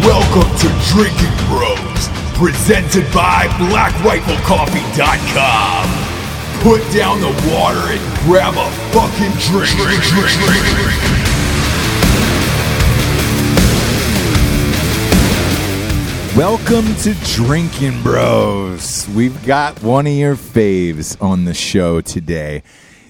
Welcome to Drinking Bros, presented by BlackRifleCoffee.com. Put down the water and grab a fucking drink. drink, drink, drink, drink. Welcome to Drinking Bros. We've got one of your faves on the show today.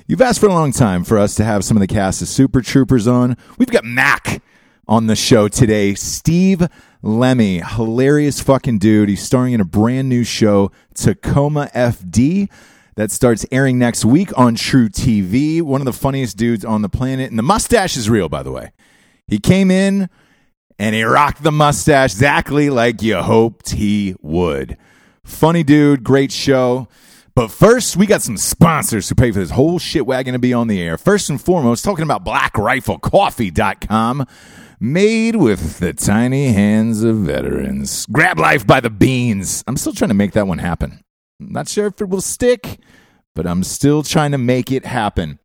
You've asked for a long time for us to have some of the cast of Super Troopers on. We've got Mac on the show today. Steve Lemmy, hilarious fucking dude. He's starring in a brand new show, Tacoma FD, that starts airing next week on True TV. One of the funniest dudes on the planet. And the mustache is real, by the way. He came in and he rocked the mustache exactly like you hoped he would. Funny dude, great show. But first, we got some sponsors who pay for this whole shit wagon to be on the air. First and foremost, talking about blackriflecoffee.com, made with the tiny hands of veterans. Grab life by the beans. I'm still trying to make that one happen. Not sure if it will stick, but I'm still trying to make it happen.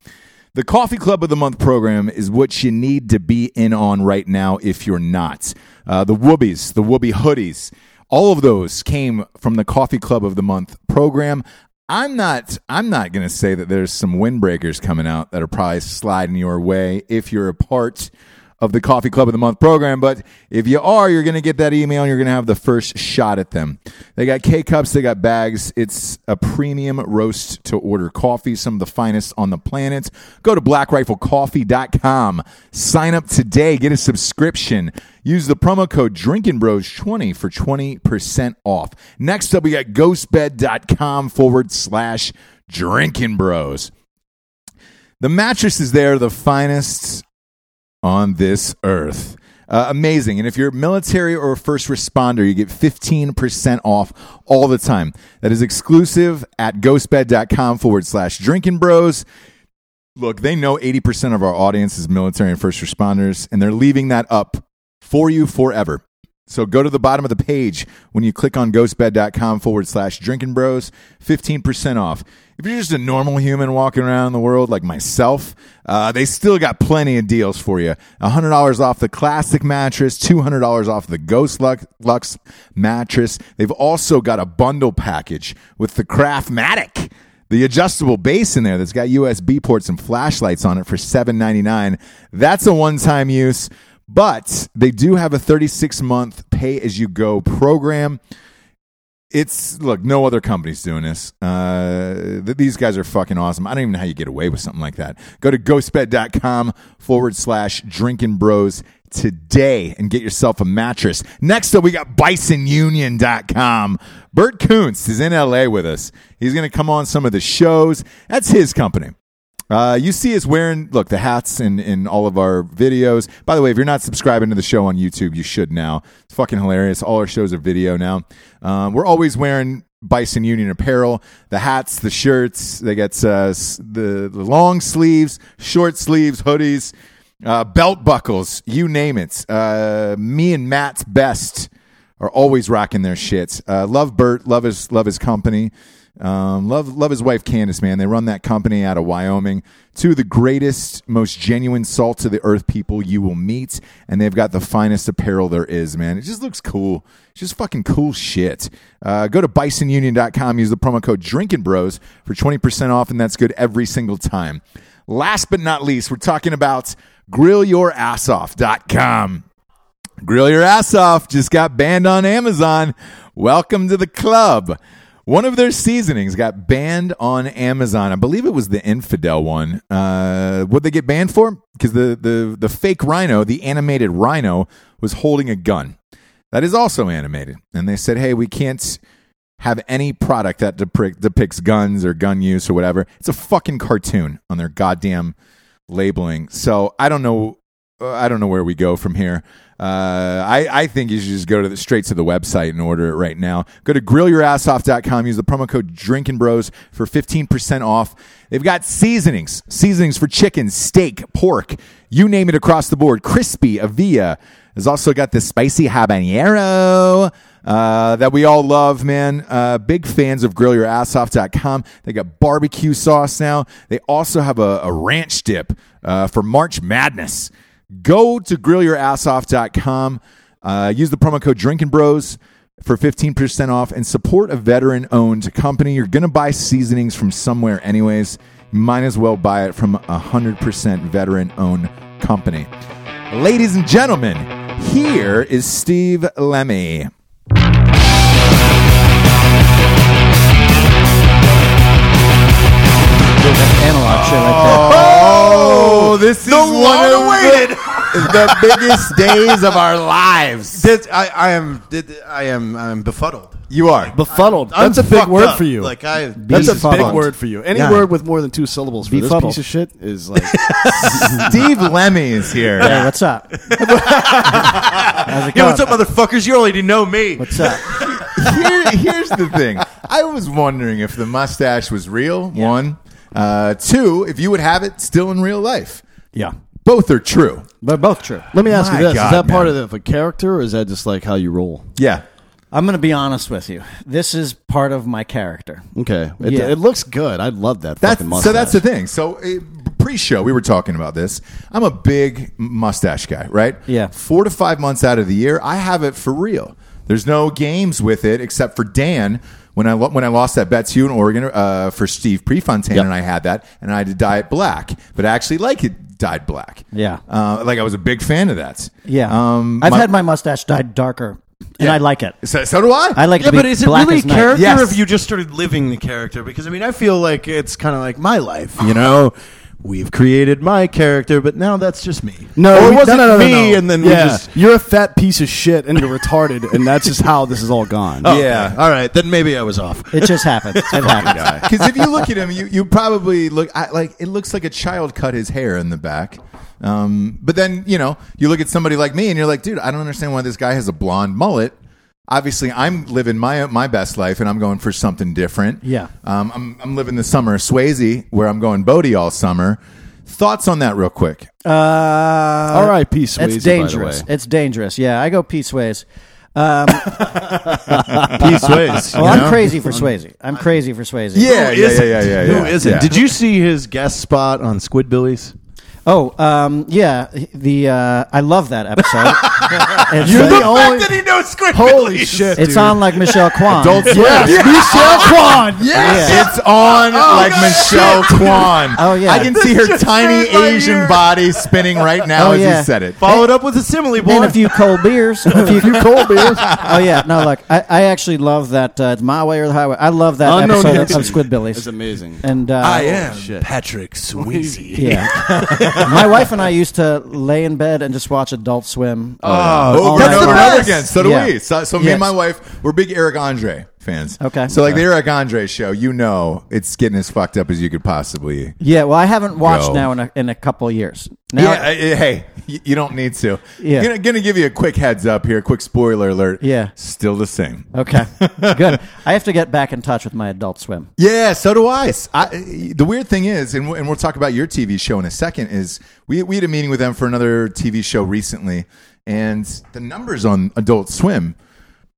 The Coffee Club of the Month program is what you need to be in on right now if you're not. Uh, the Whoobies, the Whoobie Hoodies, all of those came from the Coffee Club of the Month program. I'm not I'm not going to say that there's some windbreakers coming out that are probably sliding your way if you're a part of the Coffee Club of the Month program. But if you are, you're going to get that email and you're going to have the first shot at them. They got K cups, they got bags. It's a premium roast to order coffee, some of the finest on the planet. Go to blackriflecoffee.com, sign up today, get a subscription. Use the promo code Drinking Bros 20 for 20% off. Next up, we got ghostbed.com forward slash Drinking Bros. The mattresses there are the finest on this earth. Uh, amazing. And if you're military or a first responder, you get 15% off all the time. That is exclusive at ghostbed.com forward slash drinking bros. Look, they know 80% of our audience is military and first responders, and they're leaving that up for you forever. So go to the bottom of the page when you click on ghostbed.com forward slash drinking bros, 15% off. If you're just a normal human walking around the world like myself, uh, they still got plenty of deals for you. $100 off the classic mattress, $200 off the Ghost Lux, Lux mattress. They've also got a bundle package with the Craftmatic the adjustable base in there that's got USB ports and flashlights on it for $7.99. That's a one time use, but they do have a 36 month pay as you go program. It's look, no other company's doing this. Uh, th- these guys are fucking awesome. I don't even know how you get away with something like that. Go to ghostbed.com forward slash drinking bros today and get yourself a mattress. Next up, we got bisonunion.com. Bert Kuntz is in LA with us. He's going to come on some of the shows. That's his company. Uh, you see us wearing, look, the hats in, in all of our videos. By the way, if you're not subscribing to the show on YouTube, you should now. It's fucking hilarious. All our shows are video now. Um, we're always wearing Bison Union apparel, the hats, the shirts. They got uh, s- the, the long sleeves, short sleeves, hoodies, uh, belt buckles, you name it. Uh, me and Matt's best are always rocking their shits. Uh, love Bert, love his love his company. Um, love love his wife Candace, man. They run that company out of Wyoming. Two of the greatest, most genuine salt to the earth people you will meet, and they've got the finest apparel there is, man. It just looks cool. It's just fucking cool shit. Uh, go to bisonunion.com, use the promo code Drinking Bros for 20% off, and that's good every single time. Last but not least, we're talking about grillyourassoff.com. Grill Your Ass Off just got banned on Amazon. Welcome to the club. One of their seasonings got banned on Amazon. I believe it was the infidel one. Uh, what they get banned for? Because the, the the fake rhino, the animated rhino, was holding a gun. That is also animated, and they said, "Hey, we can't have any product that depict, depicts guns or gun use or whatever. It's a fucking cartoon on their goddamn labeling." So I don't know uh, I don't know where we go from here. Uh, I, I think you should just go to the, straight to the website and order it right now. Go to grillyourassoff.com. Use the promo code Drinking Bros for 15% off. They've got seasonings, seasonings for chicken, steak, pork, you name it across the board. Crispy, Avia has also got the spicy habanero uh, that we all love, man. Uh, big fans of grillyourassoff.com. They got barbecue sauce now. They also have a, a ranch dip uh, for March Madness go to grillyourassoff.com. Uh, use the promo code Drinking Bros for 15% off and support a veteran owned company. You're going to buy seasonings from somewhere, anyways. You might as well buy it from a 100% veteran owned company. Ladies and gentlemen, here is Steve Lemmy. There's an analog shit like that. Oh, this is The one of long-awaited. the, the biggest days of our lives. This, I, I am did- I am I'm befuddled. You are. Befuddled. I'm That's a big fucked word up. for you. Like I That's a Befuddled. big word for you. Any Yeah. word with more than two syllables for Befuddled. this piece of shit is like Steve Lemmy is here. Hey, what's up? How's it Yo, going? what's up, motherfuckers? You already know me. What's up? Here, here's the thing. I was wondering if the mustache was real. One, uh, two, if you would have it still in real life. Yeah. Both are true. They're both true. Let me ask My you this: God, Uh, Is that man. part of the, of a character, or is that just like how you roll? Yeah. I'm going to be honest with you. This is part of my character. Okay, it, Yeah. it looks good. I love that. That's fucking mustache. so. That's the thing. So uh, pre-show, we were talking about this. I'm a big mustache guy, right? Yeah. Four to five months out of the year, I have it for real. There's no games with it except for Dan. When I lo- when I lost that bet to you in Oregon uh, for Steve Prefontaine, Yep. and I had that, and I had to dye it black, but I actually like it dyed black. Yeah. Uh, like I was a big fan of that. Yeah. Um, I've my- had my mustache dyed darker, and I like it. So, so do I. I like yeah, it to be but is it black really as night. character Yes. or if you just started living the character? Because I mean, I feel like it's kind of like my life. You know, we've created my character, but now that's just me. No, Or it we- wasn't no, no, no, me, no. and then yeah. we just. you're a fat piece of shit and you're retarded, and that's just how this is all gone. Oh, Yeah. okay. All right, then maybe I was off. It just happens. It happens. Because if you look at him, you, you probably look I, like it looks like a child cut his hair in the back. Um, but then you know you look at somebody like me and you're like, dude, I don't understand why this guy has a blonde mullet. Obviously, I'm living my my best life and I'm going for something different. Yeah. um, I'm I'm living the summer of Swayze where I'm going Bodie all summer. Thoughts on that, real quick? Uh, R.I.P. Swayze. by the It's dangerous. way. It's dangerous. Yeah, I go Pete Swayze. Peace ways. Well, I'm crazy for Swayze. I'm crazy for Swayze. Yeah, Who yeah, yeah, isn't? yeah, yeah, Who yeah. isn't? Yeah. Did you see his guest spot on Squidbillies? Oh, um, yeah. The uh, I love that episode. it's You're the fact only. that he knows Squidbillies. Holy shit! it's dude. on like Michelle Kwan. Adult Swim. Michelle Kwan. Oh, Yeah. It's on like Michelle Kwan. Oh, yeah. I can see her This just tiny hurt my Asian ear. body spinning right now Oh, as yeah. you said it. Followed up with a simile, boy. and a few cold beers. A few, cold beers. Oh yeah. No, look, I, I actually love that. Uh, it's my way or the highway. I love that Unknown episode of, entity. of Squidbillies. It's amazing. And uh, shit. Patrick Swayze. Yeah. My wife and I used to lay in bed and just watch Adult Swim. Oh, all that's night the long. best. Again, so do Yeah. we. So, so me Yes. and my wife, we're big Eric Andre fans. Okay. So like the Eric Andre show, you know, it's getting as fucked up as you could possibly. Yeah, well, I haven't watched Go. now in a, in a couple years. Now, Yeah. uh, hey, y- you don't need to. Yeah. Gonna, gonna give you a quick heads up here. Quick spoiler alert. Yeah. Still the same. Okay, good. I have to get back in touch with my Adult Swim. Yeah, so do I. S- I- the weird thing is, and we'll, and we'll talk about your TV show in a second, is we, we had a meeting with them for another TV show recently, and the numbers on Adult Swim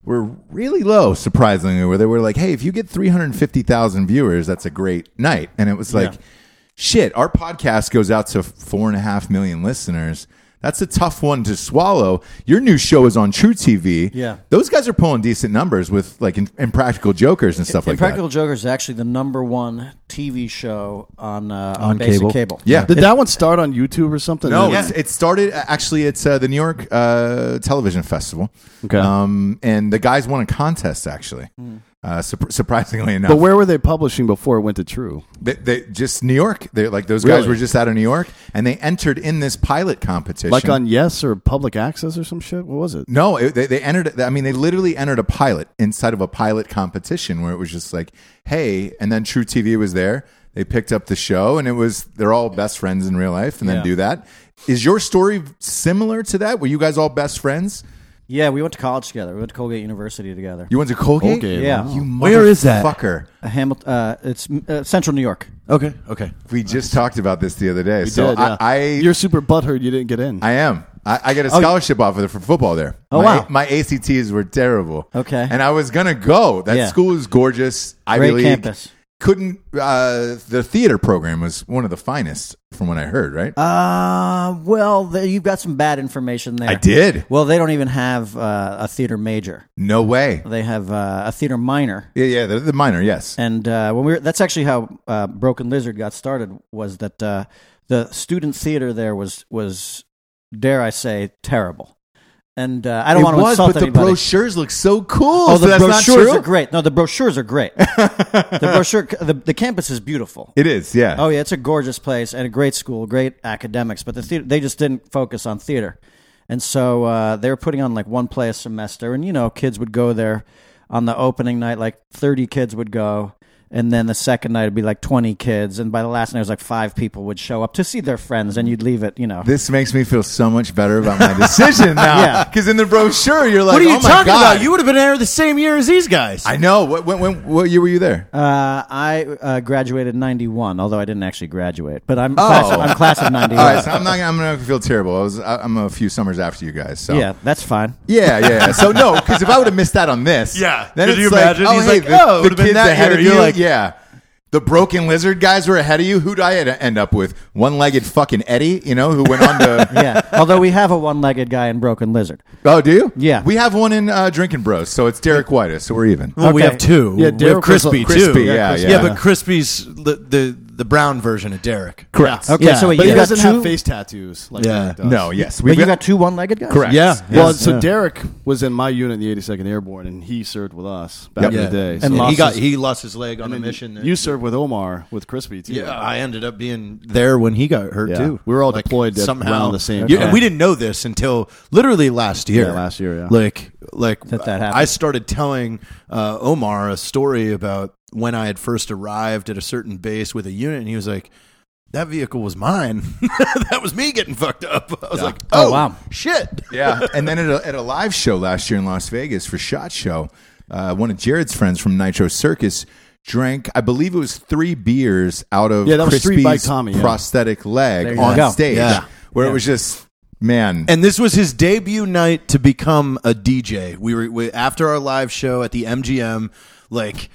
were really low, surprisingly, where they were like, hey, if you get 350,000 viewers, that's a great night. And it was like, shit, our podcast goes out to four and a half million listeners. That's a tough one to swallow. Your new show is on True TV. Yeah. Those guys are pulling decent numbers with like in, impractical jokers and stuff like that. Impractical Joker is actually the number one TV show on uh, on, On basic cable. cable. Yeah. Did that one start on YouTube or something? No, Yeah. Oh, it's, it started actually. It's uh, the New York uh, Television Festival. Okay. um, and the guys won a contest actually. Uh, surp- surprisingly enough, Hmm. But where were they publishing before it went to True? they, they just New York. They like those guys Really? were just out of New York, and they entered in this pilot competition. Like on Yes or Public Access or some shit? What was it? no, it, they, they entered. I mean, they literally entered a pilot inside of a pilot competition where it was just like, hey, and then True TV was there. They picked up the show, and it was they're all best friends in real life, and then Yeah. do that. Is your story similar to that? Were you guys all best friends? Yeah, we went to college together. We went to Colgate University together. You went to Colgate? Colgate, Yeah. You Where is that? Fucker. Uh, Hamilton. Uh, it's uh, Central New York. Okay, okay. We just talked about this the other day. so Did, yeah. I, I, uh, you're super butthurt you didn't get in. I am. I, I got a scholarship offer for football there. Oh, my, wow. My ACTs were terrible. Okay. And I was going to go. That Yeah. school is gorgeous. Ivy Great League. campus. couldn't. Uh, the theater program was one of the finest, from what I heard. Right? Uh, well, there, you've got some bad information there. I did. Well, they don't even have uh, a theater major. No way. They have uh, a theater minor. Yeah, yeah. The, the minor, yes. And uh, when we were, that's actually how uh, Broken Lizard got started. Was that uh, the student theater there was was dare I say terrible? And uh, I don't want to was, insult but the anybody. brochures look so cool. Oh, so the that's brochures not are true. great. No, the brochures are great. the brochure, the, the campus is beautiful. It is. Yeah. Oh yeah, it's a gorgeous place and a great school, great academics. But the theater, they just didn't focus on theater, and so uh, they were putting on like one play a semester. And you know, kids would go there on the opening night, like thirty kids would go, and then the second night would be like twenty kids, and by the last night it was like five people would show up to see their friends, and you'd leave it, you know. This makes me feel so much better about my decision now. Yeah. Because in the brochure, you're like, What are you oh my talking God. about? You would have been there the same year as these guys. I know. What, when, when, what year were you there? Uh, I uh, graduated '91, although I didn't actually graduate, but I'm class, I'm class of '91. Oh. All right, so I'm not. I'm not gonna feel terrible. I was. I- I'm a few summers after you guys. So yeah, that's fine. yeah, yeah. yeah. So no, because if I would have missed out on this, Yeah. then Could it's you like, imagine? oh, He's hey, like, the, oh, it the would've been kids that ahead year. of you, You're like- yeah. The broken lizard guys were ahead of you. Who'd I e-, end up with? One-legged fucking Eddie, you know, who went on to. Yeah, although we have a one-legged guy in Broken Lizard. Oh, do you? Yeah. We have one in uh, Drinking Bros, so it's Derek White, so we're even. Well, we Okay. have two. Yeah, we have Derek was crispy too. a- Crispy, yeah, yeah, yeah. but crispy's the, the the brown version of Derek. Correct. Okay, so wait, but you he got doesn't two- have face tattoos like Yeah. Derek does. No, yes, But we you got two one-legged guys. correct. Yeah. Well, Yes. so Yeah. Derek was in my unit, in the 82nd Airborne, and he served with us back Yep. in Yeah. the day. And so- lost he got his- he lost his leg on a and mission. There. You served with Omar with Crispy too. yeah, I ended up being there when he got hurt Yeah. too. We were all deployed at around the same You- time. and we didn't know this until literally last year. Yeah, last year, yeah. Like, like That that happened. I started telling uh, Omar a story about when I had first arrived at a certain base with a unit, and he was like. That vehicle was mine. that was me getting fucked up. I was like, Oh, "Oh, wow. shit!" yeah. And then at a, at a live show last year in Las Vegas for Shot Show, uh, one of Jared's friends from Nitro Circus drank, I believe it was three beers out of Yeah, that was Street Crispy's by Tommy, yeah. prosthetic There leg you on go. stage, Yeah. where it was just man. And this was his debut night to become a DJ. We were we, after our live show at the MGM, like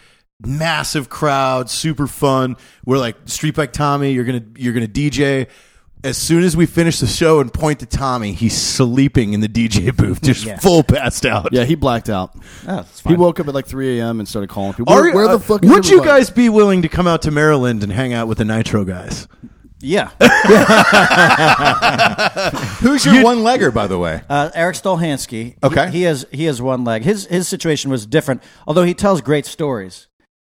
massive crowd, super fun. We're like Street Bike Tommy, you're gonna you're gonna DJ. As soon as we finish the show and point to Tommy, he's sleeping in the DJ booth, just full passed out. Yeah, he blacked out. Oh, that's He fine. woke up at like 3 a.m. and started calling people. Are- Where, where uh, the fuck? is would you everybody? guys be willing to come out to Maryland and hang out with the Nitro guys? Yeah. Who's your one legger, by the way? Uh, Eric Stolhansky. Okay. He, he has he has one leg. His his situation was different, although he tells great stories.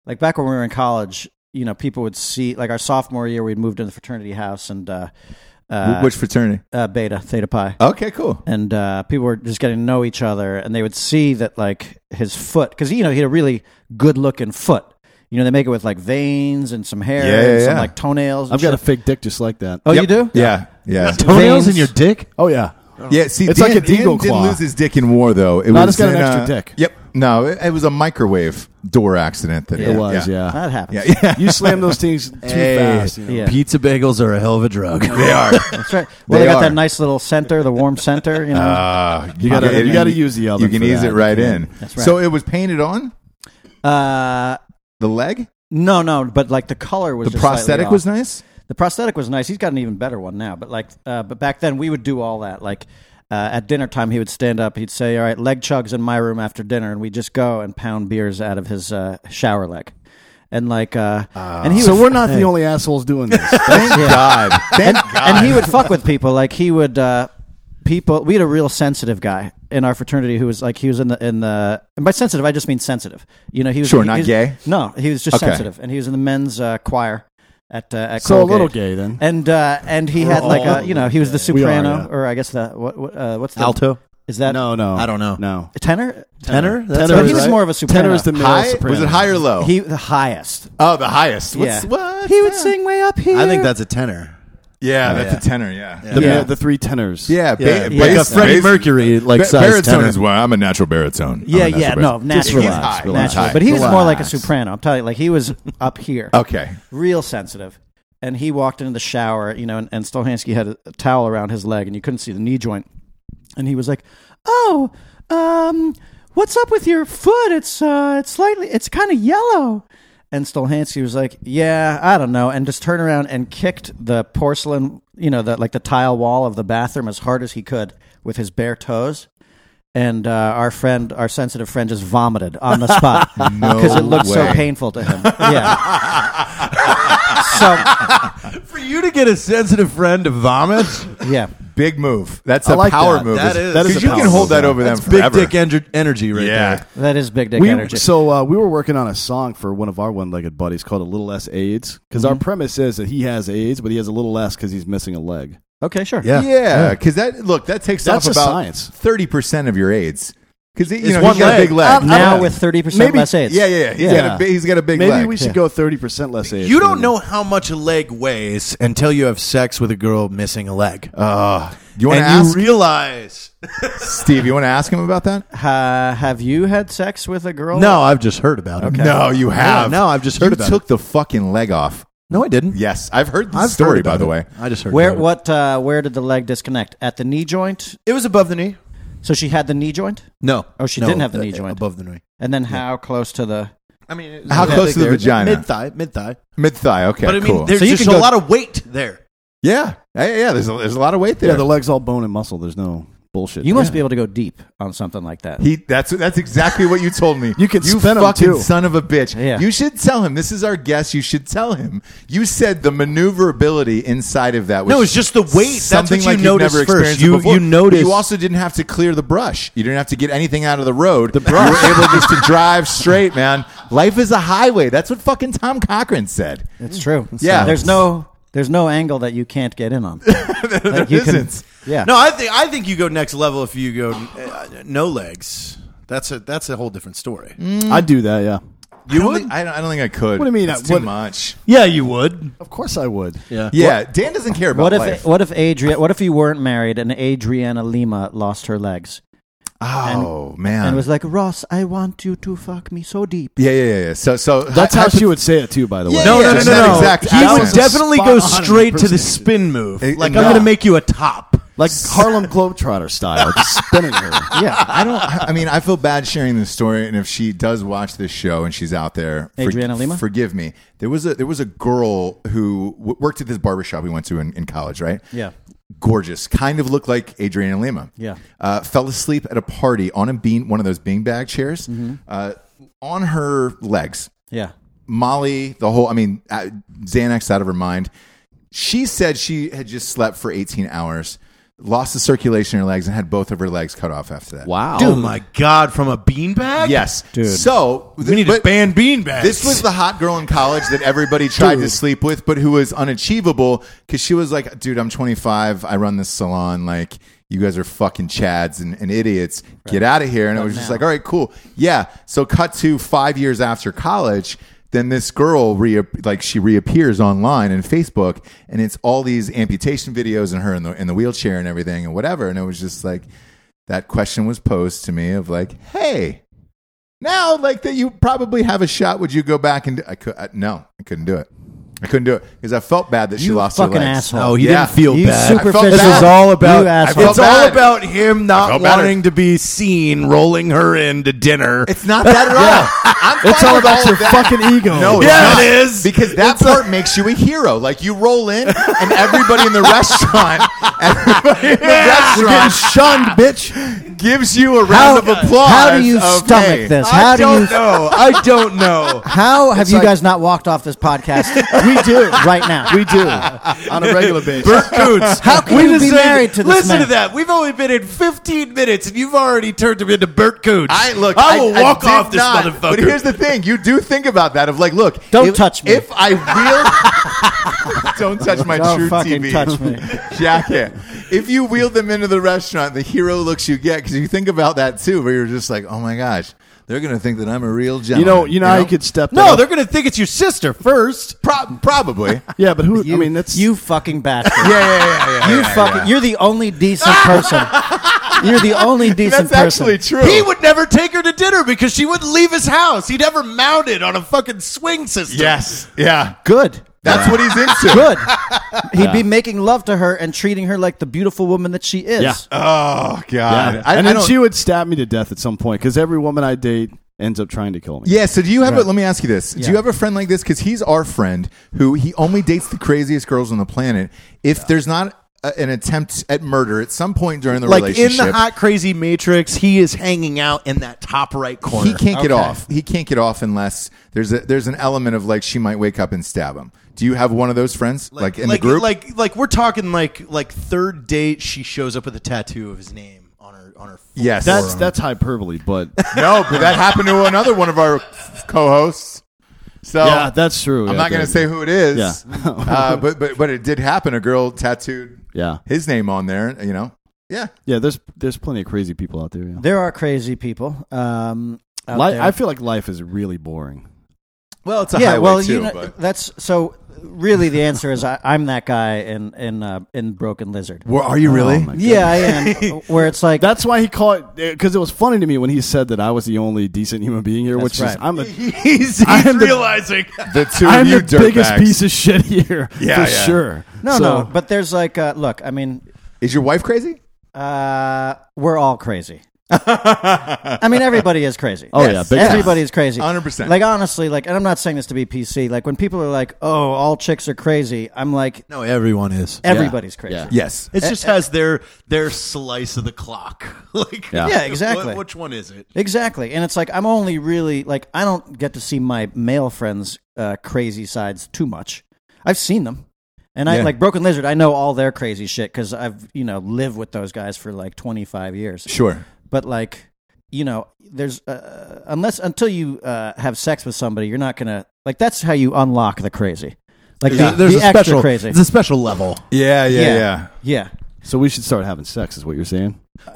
Like back when we were in college, you know, people would see like our sophomore year, we'd moved into the fraternity house and uh, uh, Which fraternity? uh, Beta Theta Pi, Okay, cool. and uh, people were just getting to know each other, and they would see that like his foot, because you know he had a really good looking foot. You know, they make it with like veins and some hair Yeah, yeah, and some yeah. like toenails. and I've got a shit. fake dick just like that. Oh, you do? Yeah, yeah, Toenails Veins. in your dick? Oh yeah. yeah. See, It's Dan, like a Dan didn't deagle claw. lose his dick in war, though. It No, I was just got in, an extra uh, dick. Yep. No, it, it was a microwave door accident. That It was, yeah. That happens. Yeah, yeah. you slam those things too Hey. fast. You know? Yeah. Pizza bagels are a hell of a drug. They are. That's right. They Well, they, got are. that nice little center, the warm center. You know, Ah, you gotta- you gotta use the oven You can for ease that. it right in. That's right. So it was painted on Uh, the leg. no, no, but like the color was The just slightly prosthetic off. was nice. the prosthetic was nice. He's got an even better one now, but like, uh, but back then we would do all that. Like uh, at dinner time, he would stand up. He'd say, "All right, leg chugs in my room after dinner," and we would just go and pound beers out of his uh, shower leg, and like, uh, and he So would, we're not the only assholes doing this. Thank God. Thank God. and he would fuck with people. Like he would, uh, people. We had a real sensitive guy in our fraternity who was like he was in the in the. And by sensitive, I just mean sensitive. You know, he was Sure, he not was- gay? No, he was just Okay. sensitive, and he was in the men's uh, choir at uh, at so a Colgate. little gay then. Oh. And uh, and he had like a you know he was the We are, soprano yeah. or I guess the what, what uh, what's the Alto? is that no, no, I don't know. No, tenor Tenor? That's but he is was right. more of a soprano Tenor is the middle High? soprano. Was it high or low? he the highest oh, the highest. What's, yeah What? he would sing way up here I think that's a tenor. Yeah, that's yeah. a tenor. Yeah. The, Yeah. Yeah. mi- the three tenors. ba- Yeah, like bass- a Freddie bass- Mercury, like Ba- size tenor. well. I'm a natural baritone. I'm yeah a natural yeah no baritone. naturally He's naturally. high, he's high. but he was more like a Relax. soprano I'm telling you like he was up here Okay. real sensitive. And he walked into the shower, you know, and, and Stolhansky had a, a towel around his leg, and you couldn't see the knee joint. And he was like, "Oh, um, what's up with your foot? It's uh, it's slightly, it's kind of yellow." And Stolhansky was like, "Yeah, I don't know," and just turned around and kicked the porcelain, you know, the like the tile wall of the bathroom as hard as he could with his bare toes. And uh, our friend, our sensitive friend, just vomited on the spot because it looked so way. painful to him. Yeah. so For you to get a sensitive friend to vomit, yeah, Big move. That's a like power that. move. That is- that is because a you power can hold move. that over them big forever. dick ener- energy right yeah. that is big dick we, energy. So uh, we were working on a song for one of our one-legged buddies called "A Little Less AIDS" because our premise is that he has AIDS, but he has a little less because he's missing a leg. okay, sure. Yeah. Yeah, because that look that takes That's off a about science. thirty percent of your AIDS. Because you It's know one he's got a leg. big leg. Um, Now Yeah. with thirty percent Maybe- less AIDS. yeah, yeah, yeah. He's Yeah. got a big, he's got a big Maybe leg. we should go thirty percent less there. AIDS. You don't know how much a leg weighs until you have sex with a girl missing a leg. Uh, you want to and ask you realize. Steve? You want to ask him about that? Uh, have you had sex with a girl? No, I've just heard about it. No, you have. no, I've just you heard about took the fucking leg off. No, I didn't. Yes, I've heard the I've story. heard by about the it. way, I just heard. Where about what? Uh, where did the leg disconnect? At the knee joint. It. it was above the knee. So she had the knee joint, No. Oh, she No, didn't have the uh, knee joint. Above the knee. and then how close to the? I mean, it was How about close to the there. vagina? Mid thigh, mid thigh. mid thigh. Okay, But I mean, cool. there's So you just can a go- lot of weight there. Yeah, yeah, yeah. There's a, there's a lot of weight there. Yeah, the leg's all bone and muscle. There's no bullshit. You must be able to go deep on something like that. He that's that's exactly what you told me. You can you spin 'em, fucking too. son of a bitch. Yeah. You should tell him. This is our guest. You should tell him. You said the maneuverability inside of that was No, it's just the weight. That's Something what you like you've noticed never first. experienced You- before. you noticed- But you also didn't have to clear the brush. You didn't have to get anything out of the road. The brush. You were able just to drive straight, man. Life is a highway. That's what fucking Tom Cochran said. it's true. Yeah. there's no there's no angle that you can't get in on. there you can- isn't. yeah. No, I think I think you go next level if you go uh, no legs. That's a that's a whole different story. I do that. Yeah. You I would? I, don't, I don't think I could. What do you mean? It's I- too what- much. Yeah, you would. Of course I would. Yeah. Yeah, Dan doesn't care about What if life. what if Adria what if you weren't married and Adriana Lima lost her legs oh man. and was like Ross, I want you to fuck me so deep. yeah, yeah, yeah, yeah. So, so That's how hypo- she would say it too. By the way. Yeah, No, yeah, no, no, just no, that no. exact- he that would was a definitely go spot on straight to the impersonation. spin move. It- like no. I'm going to make you a top. Like Harlem Globetrotter style, just spinning her. Yeah, I don't. I mean, I feel bad sharing this story, and if she does watch this show and she's out there, for- Adriana Lima? forgive me. There was a there was a girl who w- worked at this barbershop we went to in, in college, right? yeah, gorgeous, kind of looked like Adriana Lima. Yeah. uh, fell asleep at a party on a bean, one of those beanbag chairs, Mm-hmm. uh, on her legs. yeah. Molly, the whole, I mean, uh, Xanax out of her mind. She said she had just slept for 18 hours, lost the circulation in her legs, and had both of her legs cut off after that. Wow. Oh my god, from a beanbag? Yes. So, We need to but ban beanbags. this was the hot girl in college that everybody tried to sleep with, but who was unachievable because she was like, dude, I'm 25. I run this salon. Like, you guys are fucking chads and, and idiots. Get out of here. And it was just like, all right, cool. Yeah. So, cut to five years after college. Then this girl re- like she reappears online and Facebook, and it's all these amputation videos and her in the in the wheelchair and everything and whatever. And it was just like that question was posed to me of like, hey, now like that you probably have a shot would you go back and do, i could I, no i couldn't do it i couldn't do it because i felt bad that she You lost her fucking legs asshole. Oh, he Yeah. didn't feel You bad. super I felt fit bad. asshole. This is all You asshole. felt It's all bad. about him not felt bad. wanting to be seen rolling her into dinner. it's not that at all I'm fine It's all with about of your that. fucking ego. no, Yeah, it's not. it is. because that part makes you a hero. Like you roll in, and everybody in the restaurant, everybody in the You're getting restaurant shunned, Ah. bitch. gives you a round How- of applause. how do you of, stomach hey, this? I How do don't you- know. I don't know. How have you like- guys not walked off this podcast? we do right now. We do on a regular basis. Bert Coots. How can We you be deserve- married to this Listen man? to that. We've only been in 15 minutes, and you've already turned him into Bert Coots. I look. I will walk did off this not, motherfucker. But here's the thing: you do think about that. Of like, look, Don't if, touch me. If I wield, don't touch my Don't true fucking TV. touch me. jacket. If you wheel them into the restaurant, the hero looks you get because you think about that too. Where you're just like, oh my gosh, they're gonna think that I'm a real gentleman. You know, you know, how you could step. that no, up? they're going to think it's your sister first. Pro- probably. yeah, Yeah, but who? You, I mean, that's you fucking bastard. yeah, yeah, yeah. You yeah, fucking. yeah. You're the only decent person. you're the only decent That's person. actually true. He would never take her to dinner because she wouldn't leave his house. He never mounted on a fucking swing system. Yes. Yeah. Good. That's what he's into. Good. He'd be making love to her and treating her like the beautiful woman that she is. Yeah. Oh God. Yeah. I, and I then don't- she would stab me to death at some point because every woman I date ends up trying to kill me. Yeah. So do you have? A, let me ask you this: Do Yeah. you have a friend like this? Because he's our friend who he only dates the craziest girls on the planet. If there's not a, an attempt at murder at some point during the Like in relationship, the hot crazy matrix, he is hanging out in that top right corner. he can't get Okay. off. He can't get off unless there's a there's an element of like she might wake up and stab him. Do you have one of those friends like, in like, the group? Like like we're talking like like third date, she shows up with a tattoo of his name on her on her. forearm. yes, That's that's hyperbole, but no, but that happened to another one of our co-hosts. So yeah, that's true. I'm Yeah, not going to that- say who it is. Yeah. uh, but but but it did happen. A girl tattooed Yeah, his name on there. You know. Yeah. yeah. There's there's plenty of crazy people out there. Yeah. There are crazy people. Um, out Li- there. I feel like life is really boring. Well, it's a yeah, highway well, too. you know, but that's so. Really, the answer is I, I'm that guy in in uh, in Broken Lizard. well, are you really? Oh, my Yeah, I am. Where it's like That's why he called it because it was funny to me when he said that I was the only decent human being here, That's which is right. I'm a he's, he's I am the- realizing. the two am of you the biggest dirtbags. piece of shit here Yeah, for yeah. sure. no, So- no. But there's like, uh, look, I mean, Is your wife crazy? uh, we're all crazy. I mean, everybody is crazy. Oh, yeah, big time. everybody is crazy. 100%. Like honestly, like, and I'm not saying this to be PC. Like when people are like, "Oh, all chicks are crazy," I'm like, No, everyone is. everybody's crazy. Yeah. Yes. It just has their their slice of the clock. like Yeah. Yeah, exactly. wh- which one is it? Exactly. And it's like I'm only really like I don't get to see my male friends uh, crazy sides too much. I've seen them. And I Yeah. like Broken Lizard, I know all their crazy shit cuz I've, you know, lived with those guys for like 25 years. Sure. But like, you know, there's uh, unless until you uh, have sex with somebody, you're not going to like that's how you unlock the crazy. Like the, the extra crazy. a special level. Yeah. Yeah. Yeah. Yeah. yeah. So we should start having sex, is what you're saying? Uh,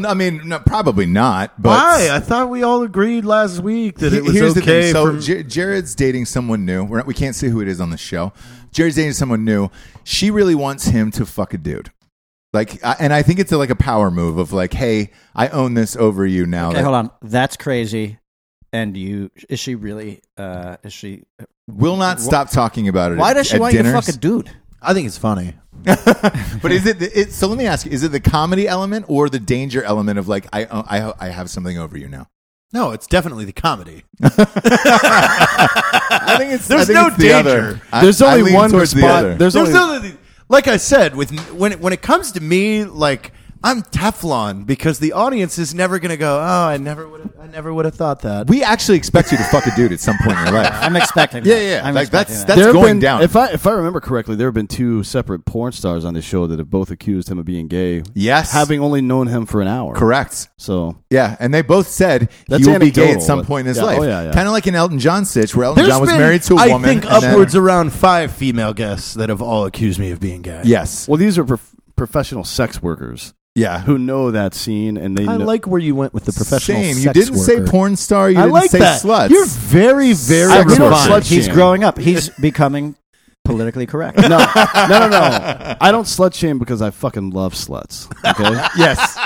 well, I mean, no, probably not. But Why? I thought we all agreed last week that He- it was Here's the okay. thing. So from- J- Jared's dating someone new. We're not, we can't say who it is on the show. Jared's dating someone new. She really wants him to fuck a dude. Like, I, and I think it's a, like a power move of like, hey, I own this over you now. Okay, that hold on. That's crazy. And you is she really uh is she Will not stop talking about it. Why at- does she at want you to dinners. fuck a dude? I think it's funny. But is it, the, it? So let me ask you: Is it the comedy element or the danger element of like, I, I, I have something over you now? No, it's definitely the comedy. I think it's There's I think no it's the danger. other. I- There's I only lean one towards the other. response. There's, There's only no, like I said, with when it, when it comes to me, like I'm Teflon because the audience is never gonna go. Oh, I never would. I never would have thought that. we actually expect you to fuck a dude at some point in your life. I'm expecting. Yeah, that. yeah. I'm Like, expecting that's- that. that's there have going been- down. If I if I remember correctly, there have been two separate porn stars on this show that have both accused him of being gay. Yes. having only known him for an hour. Correct. So Yeah, and they both said That's he will be gay at anecdotal, some but- point in his yeah, life. oh, yeah, yeah. Kind of like an Elton John sitch where Elton John was married to a I woman. think and then- upwards around five female guests that have all accused me of being gay. yes. well, these are prof- professional sex workers Yeah. who know that scene and they. I know, like where you went with the professional. Same. You sex didn't say worker. porn star. You I didn't like say that. sluts. You're very, very I- you know, refined. slut- He's shame. growing up. He's becoming politically correct. no, no, no, no. I don't slut shame because I fucking love sluts. Okay. yes.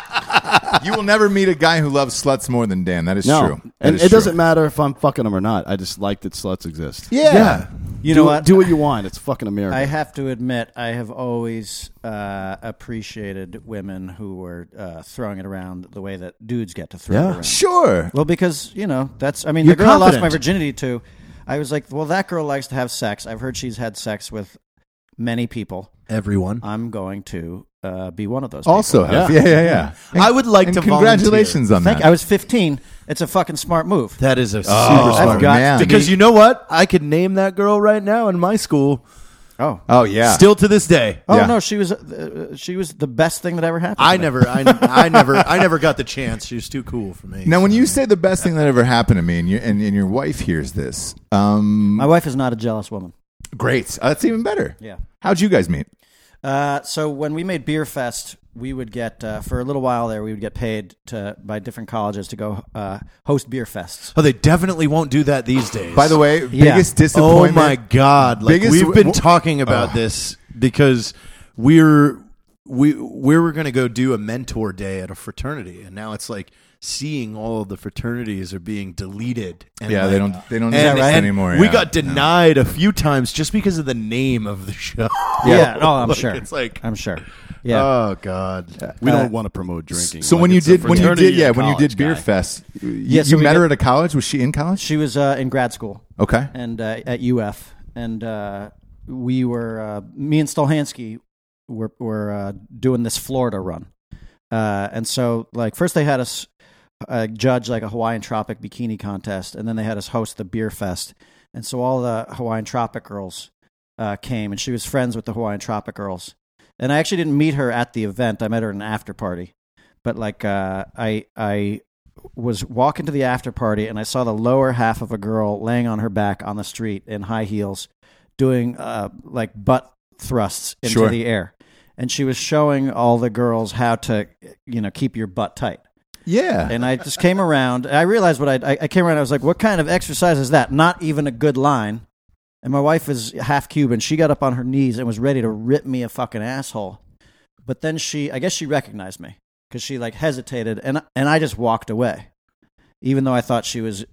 you will never meet a guy who loves sluts more than Dan. That is No, true. That and is it true. doesn't matter if I'm fucking them or not. I just like that sluts exist. Yeah. yeah. You do, know what? Do what you want. It's fucking America. I have to admit, I have always uh, appreciated women who were uh, throwing it around the way that dudes get to throw Yeah. it around. Sure. Well, because you know that's. I mean, You're the girl I lost confident. my virginity to. I was like, well, that girl likes to have sex. I've heard she's had sex with many people. Everyone. I'm going to uh, be one of those. people. Also have. Uh, Yeah, yeah, yeah. And- I would like and to congratulations on Thank- that. I was 15. It's a fucking smart move. That is a super Oh, smart man. Because you know what? I could name that girl right now in my school. Oh, oh yeah. Still to this day. Oh Yeah. no, she was uh, she was the best thing that ever happened. I to me. never, I, I never, I never got the chance. She was too cool for me. Now, when you say the best thing that ever happened to me, and, you, and, and your wife hears this, um, My wife is not a jealous woman. great. Uh, that's even better. Yeah. How'd you guys meet? Uh, so when we made Beer Fest, we would get uh, for a little while there, we would get paid to by different colleges to go uh, host beer fests. oh, they definitely won't do that these days. By the way, Yeah. biggest oh disappointment. my god, like Biggest- we've been wh- talking about this because we're we we were going to go do a mentor day at a fraternity, and now it's like seeing all of the fraternities are being deleted. And Yeah, like, they don't. They don't and- exist and anymore. We yeah. got denied a few times just because of the name of the show. Yeah, no, I'm Like, sure. It's like I'm sure. Yeah. Oh God. We Uh, don't want to promote drinking. So Like, when you it's a did, when you fraternity did, yeah, in when you college, did Beer guy. Fest, you, so you we met did- her at a college. Was she in college? She was uh, in grad school Okay. and uh, at UF, and uh, we were uh, me and Stolhansky were were uh, doing this Florida run, uh, and so like first they had us uh, judge like a Hawaiian Tropic bikini contest, and then they had us host the beer fest, and so all the Hawaiian Tropic girls uh, came, and she was friends with the Hawaiian Tropic girls, and I actually didn't meet her at the event. I met her at an after party, but like uh, I I was walking to the after party and I saw the lower half of a girl laying on her back on the street in high heels, doing uh, like butt thrusts into Sure. the air, and she was showing all the girls how to you know keep your butt tight. Yeah. And I just came around. and I realized what I'd- I I came around. I was like, "What kind of exercise is that? Not even a good line." And my wife is half Cuban. She got up on her knees and was ready to rip me a fucking asshole. But then she, I guess she recognized me because she like hesitated, and and I just walked away, even though I thought she was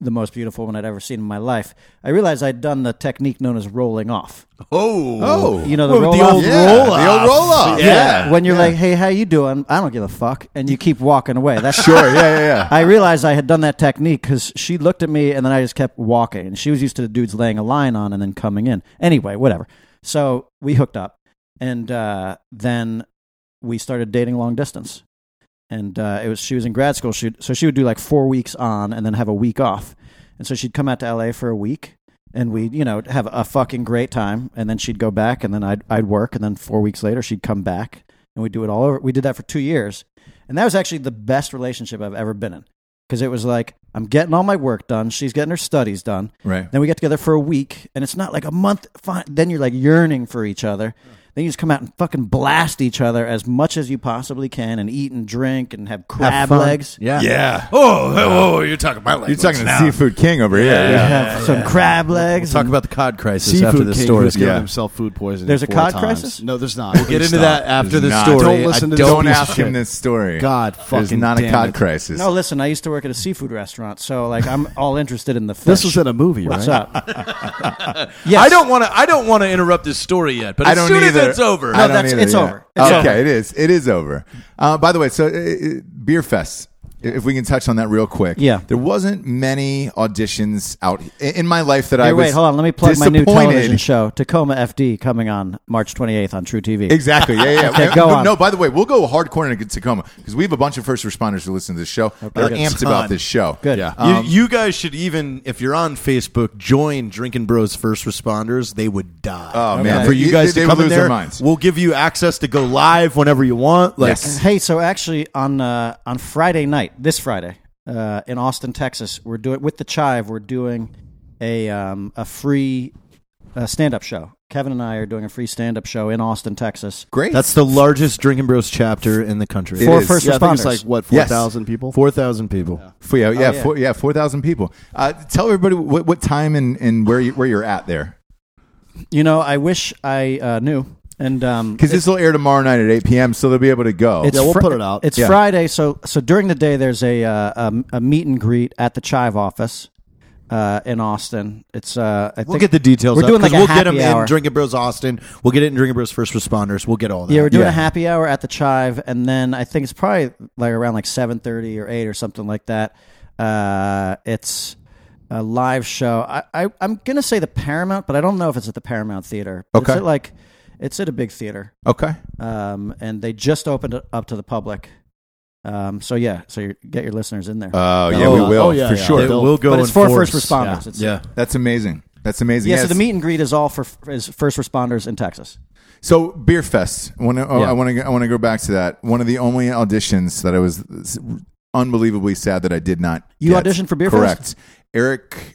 the most beautiful woman I'd ever seen in my life. I realized I'd done the technique known as rolling off. oh, You know the, Well, roll the off? old yeah, roll the old off. roll off. Yeah. When you're like, "Hey, how you doing?" I don't give a fuck, and you keep walking away. That's sure. Yeah, yeah, yeah. I realized I had done that technique because she looked at me and then I just kept walking. And she was used to the dudes laying a line on and then coming in. Anyway, whatever. So we hooked up and uh, then we started dating long distance. And uh, it was she was in grad school, she so she would do like four weeks on and then have a week off. And so she'd come out to LA for a week and we'd you know have a fucking great time and then she'd go back and then I'd I'd work and then 4 weeks later she'd come back and we'd do it all over we did that for 2 years and that was actually the best relationship I've ever been in cuz it was like I'm getting all my work done she's getting her studies done Right. then we get together for a week and it's not like a month fine then you're like yearning for each other then you just come out and fucking blast each other as much as you possibly can and eat and drink and have crab fun. legs Yeah. Yeah. Oh, oh, oh, you're talking my language You're talking to now. Seafood King over here. Yeah. have some crab legs Talk about the cod crisis seafood after this king story. who's given yeah. himself food poisoning. There's a four cod times. crisis? No, there's not. We'll Get into that after the Not. story. Don't listen I to this Don't piece of ask him shit. this story. God There's fucking not a damn cod it. crisis. No, listen, I used to work at a seafood restaurant, so like I'm all interested in the fish. This was at a movie, What's right? up? Yes. I don't want to. I don't want to interrupt this story yet. But as I don't soon either. as it's over, I don't that's- either, it's yeah. over. It's okay, over. it is. It is over. Uh, by the way, so uh, uh, beer fest. If we can touch on that real quick, Yeah. There wasn't many auditions out in in my life that I Hey, was. wait, hold on. Let me plug my new disappointed. television show, Tacoma FD, coming on March 28th on True TV. Exactly. Yeah, yeah. Okay, And- go no, on. No, by the way, we'll go hardcore into Tacoma because we have a bunch of first responders who listen to this show. They're good. amped about this show. Good. Yeah. Um, you, you guys should even if you're on Facebook, join Drinking Bros First Responders. They would die. Oh, man. for you They- guys they to would come in lose their there, minds. we'll give you access to go live whenever you want. Like, Yes. Hey, so actually on uh, on Friday night, this Friday, uh, in Austin, Texas, we're doing with the Chive. We're doing a um, a free uh, stand up show. Kevin and I are doing a free stand up show in Austin, Texas. great. that's the largest Drinking Bros chapter in the country. It For is. first Yeah, I think responders. it's like what four Yes. thousand people. Four thousand people. For- yeah, yeah, Oh, yeah. Four, yeah, four thousand people. Uh, tell everybody what, what time and, and where you, where you're at there. you know, I wish I uh, knew. And um, Because this will air tomorrow night at 8 p.m., so they'll be able to go. It's Yeah, we'll Fri- put it out. It's Yeah. Friday, so so during the day there's a uh, a, a meet and greet at the Chive office uh, in Austin. It's uh, I We'll think- get the details. We're up, doing 'cause like a we'll get happy them hour. in Drinking Bros Austin. We'll get it in Drinking Bros First Responders. We'll get all that. yeah, we're doing Yeah. a happy hour at the Chive, and then I think it's probably like around like seven thirty or eight or something like that. Uh, it's a live show. I, I I'm gonna say the Paramount, but I don't know if it's at the Paramount Theater. Okay. it's at like it's at a big theater. okay. um, and they just opened it up to the public. Um, so yeah, so you get your listeners in there. Oh, yeah, Oh, we will, oh, yeah, for yeah. sure. It will go. but it's in for force. first responders. Yeah. It's- yeah. That's amazing. That's amazing. yeah, Yes. so the meet and greet is all for is first responders in Texas. So beer fest. I want to. Oh, Yeah. I want to. I want to go back to that. One of the only auditions that I was s- unbelievably sad that I did not. You get. auditioned for Beer Fest? Correct. Eric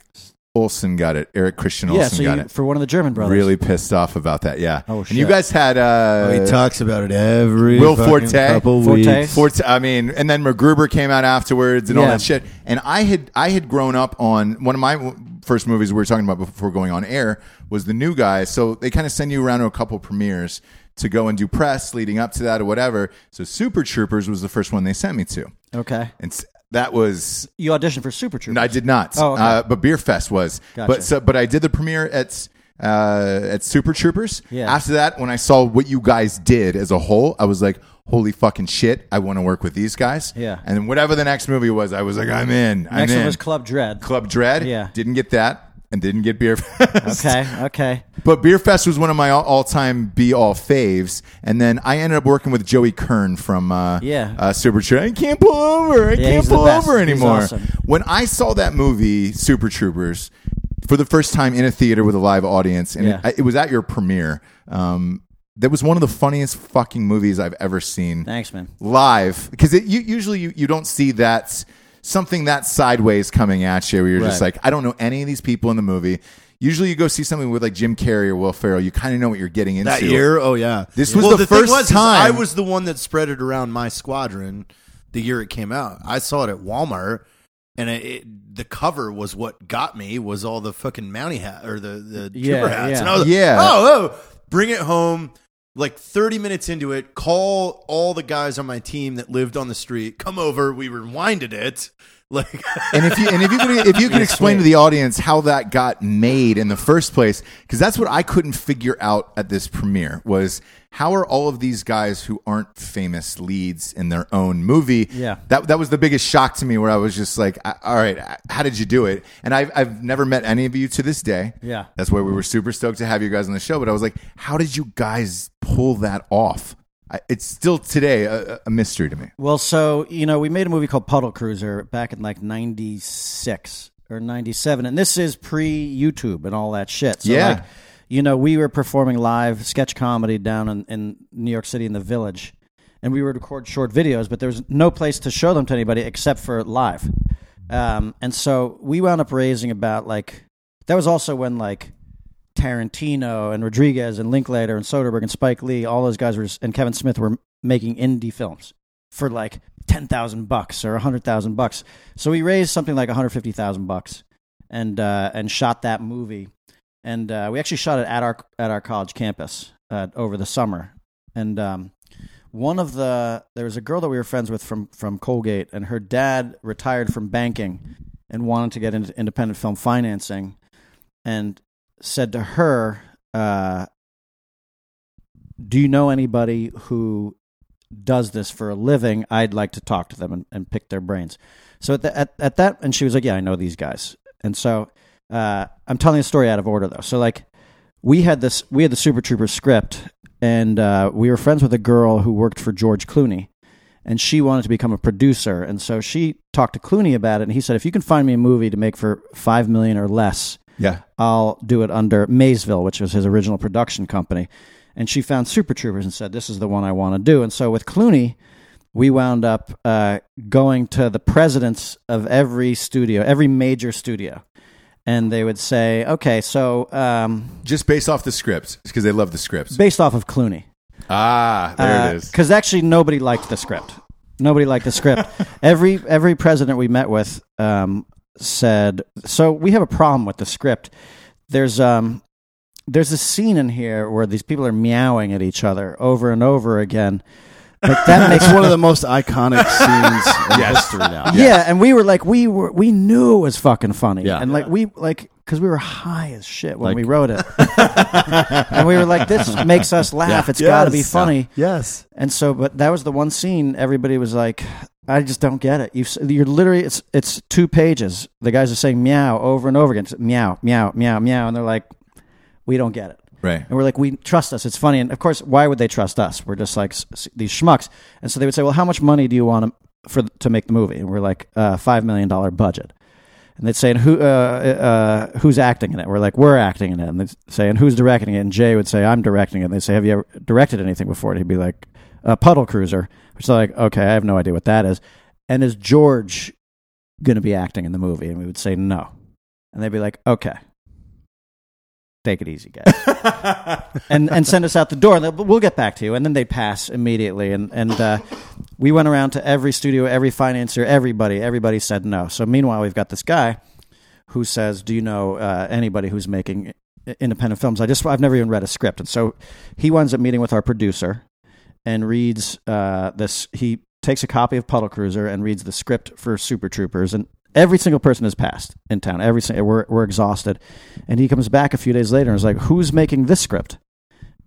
Olson got it. Eric Christian Olsen yeah, so got you, it. for one of the German brothers. Really pissed off about that. Yeah. Oh, And you shit. Oh, guys had uh, he talks about it every Will fucking Forte. couple Forte. weeks. Fort, I mean, and then MacGruber came out afterwards and all Yeah. that shit. And I had I had grown up on one of my w- first movies we were talking about before going on air was the new guy. So they kind of send you around to a couple premieres to go and do press leading up to that or whatever. So Super Troopers was the first one they sent me to, Okay. and s- that was You auditioned for Super Troopers. I did not. Oh, okay. uh, but Beer Fest was. Gotcha. But so, but I did the premiere at uh, at Super Troopers. Yeah. After that, when I saw what you guys did as a whole, I was like, holy fucking shit, I want to work with these guys. Yeah. And then whatever the next movie was, I was like, I'm in. I'm Next in. one was Club Dread. Club Dread. Yeah. Didn't get that. And didn't get beer. Fest. Okay, okay. But Beer Fest was one of my all- all-time be-all faves, and then I ended up working with Joey Kern from uh, Yeah. uh, Super Troopers. I can't pull over. I can't he's the pull best. over He's anymore. awesome. When I saw that movie Super Troopers for the first time in a theater with a live audience, and Yeah. it, it was at your premiere, um, that was one of the funniest fucking movies I've ever seen Thanks, man. live because it you, usually you, you don't see that something that sideways coming at you where you're just Right. like I don't know any of these people in the movie. Usually you go see something with like Jim Carrey or Will Ferrell, you kind of know what you're getting into. that year. Oh yeah, This was well, the thing first was, is I time- was the one that spread it around my squadron the year it came out. I saw it at Walmart, and it, it, the cover was what got me was all the fucking Mountie hat or the the Yeah, trooper hats, yeah. and I was like, Yeah. oh, oh, bring it home. Like thirty minutes into it, call all the guys on my team that lived on the street. Come over. We rewinded it. Like And if you and if you could, if you could explain to the audience how that got made in the first place, because that's what I couldn't figure out at this premiere was how are all of these guys who aren't famous leads in their own movie? Yeah. that that was the biggest shock to me. Where I was just like, "I- all right, I- how did you do it? And I've I've never met any of you to this day. Yeah. that's why we were super stoked to have you guys on the show. But I was like, how did you guys pull that off? I, it's still today a, a- a mystery to me. Well, so you know, we made a movie called Puddle Cruiser back in like '96 or '97, and this is pre-YouTube and all that shit. So, Yeah. like, you know, we were performing live sketch comedy down in, in New York City in the Village, and we would record short videos, but there was no place to show them to anybody except for live. Um, and so we wound up raising about like that was also when like Tarantino and Rodriguez and Linklater and Soderbergh and Spike Lee, all those guys were, and Kevin Smith were making indie films for like ten thousand bucks or a hundred thousand bucks. So we raised something like one hundred fifty thousand bucks, and uh, and shot that movie, and uh, we actually shot it at our at our college campus uh, over the summer, and um, one of the there was a girl that we were friends with from from Colgate, and her dad retired from banking and wanted to get into independent film financing, and said to her, uh, "Do you know anybody who does this for a living? I'd like to talk to them and, and pick their brains." So at, the, at at that, and she was like, "Yeah, I know these guys." And so uh, I'm telling the story out of order though. So like we had this, we had the Super Trooper script, and uh, we were friends with a girl who worked for George Clooney. And she wanted to become a producer, and so she talked to Clooney about it. And he said, "If you can find me a movie to make for five million or less, Yeah, I'll do it under Maysville, which was his original production company. And she found Super Troopers and said, This is the one I want to do. And so with Clooney, we wound up uh, going to the presidents of every studio, every major studio. And they would say, Okay, so um, just based off the script because they love the scripts. based off of Clooney. Ah, there it is. Because Uh, actually, nobody liked the script. Nobody liked the script. every every president we met with um, said, "So we have a problem with the script. There's um, there's a scene in here where these people are meowing at each other over and over again. Like that makes It's one of the most iconic scenes in history now. yeah, and we were like, we were, we knew it was fucking funny, Yeah. and like we like because we were high as shit when we wrote it, and we were like, this makes us laugh. It's got to be funny. Yes. And so, but that was the one scene everybody was like, I just don't get it. You've, you're literally, it's, it's two pages. The guys are saying meow over and over again. It's meow, meow, meow, meow. And they're like, we don't get it. Right. And we're like, we trust us. It's funny. And of course, why would they trust us? We're just like s- s- these schmucks. And so they would say, well, how much money do you want to, for, to make the movie? And we're like, uh, $5 million budget. And they'd say, and who, uh, uh, who's acting in it? We're like, we're acting in it. And they'd say, and who's directing it? And Jay would say, I'm directing it. And they'd say, have you ever directed anything before? And he'd be like, a puddle cruiser. Which they're like, okay, I have no idea what that is. And is George going to be acting in the movie? And we would say, no. And they'd be like, okay, take it easy, guys. and, and send us out the door. And they'll- but we'll get back to you. And then they'd pass immediately. And, and uh, we went around to every studio, every financier, everybody. Everybody said no. So meanwhile, we've got this guy who says, "Do you know uh, anybody who's making i- independent films?" I just I've never even read a script, and so he winds up meeting with our producer and reads uh, this. He takes a copy of Puddle Cruiser and reads the script for Super Troopers, and Every single person has passed in town. Every sing- we're we're exhausted, and he comes back a few days later and is like, "Who's making this script?"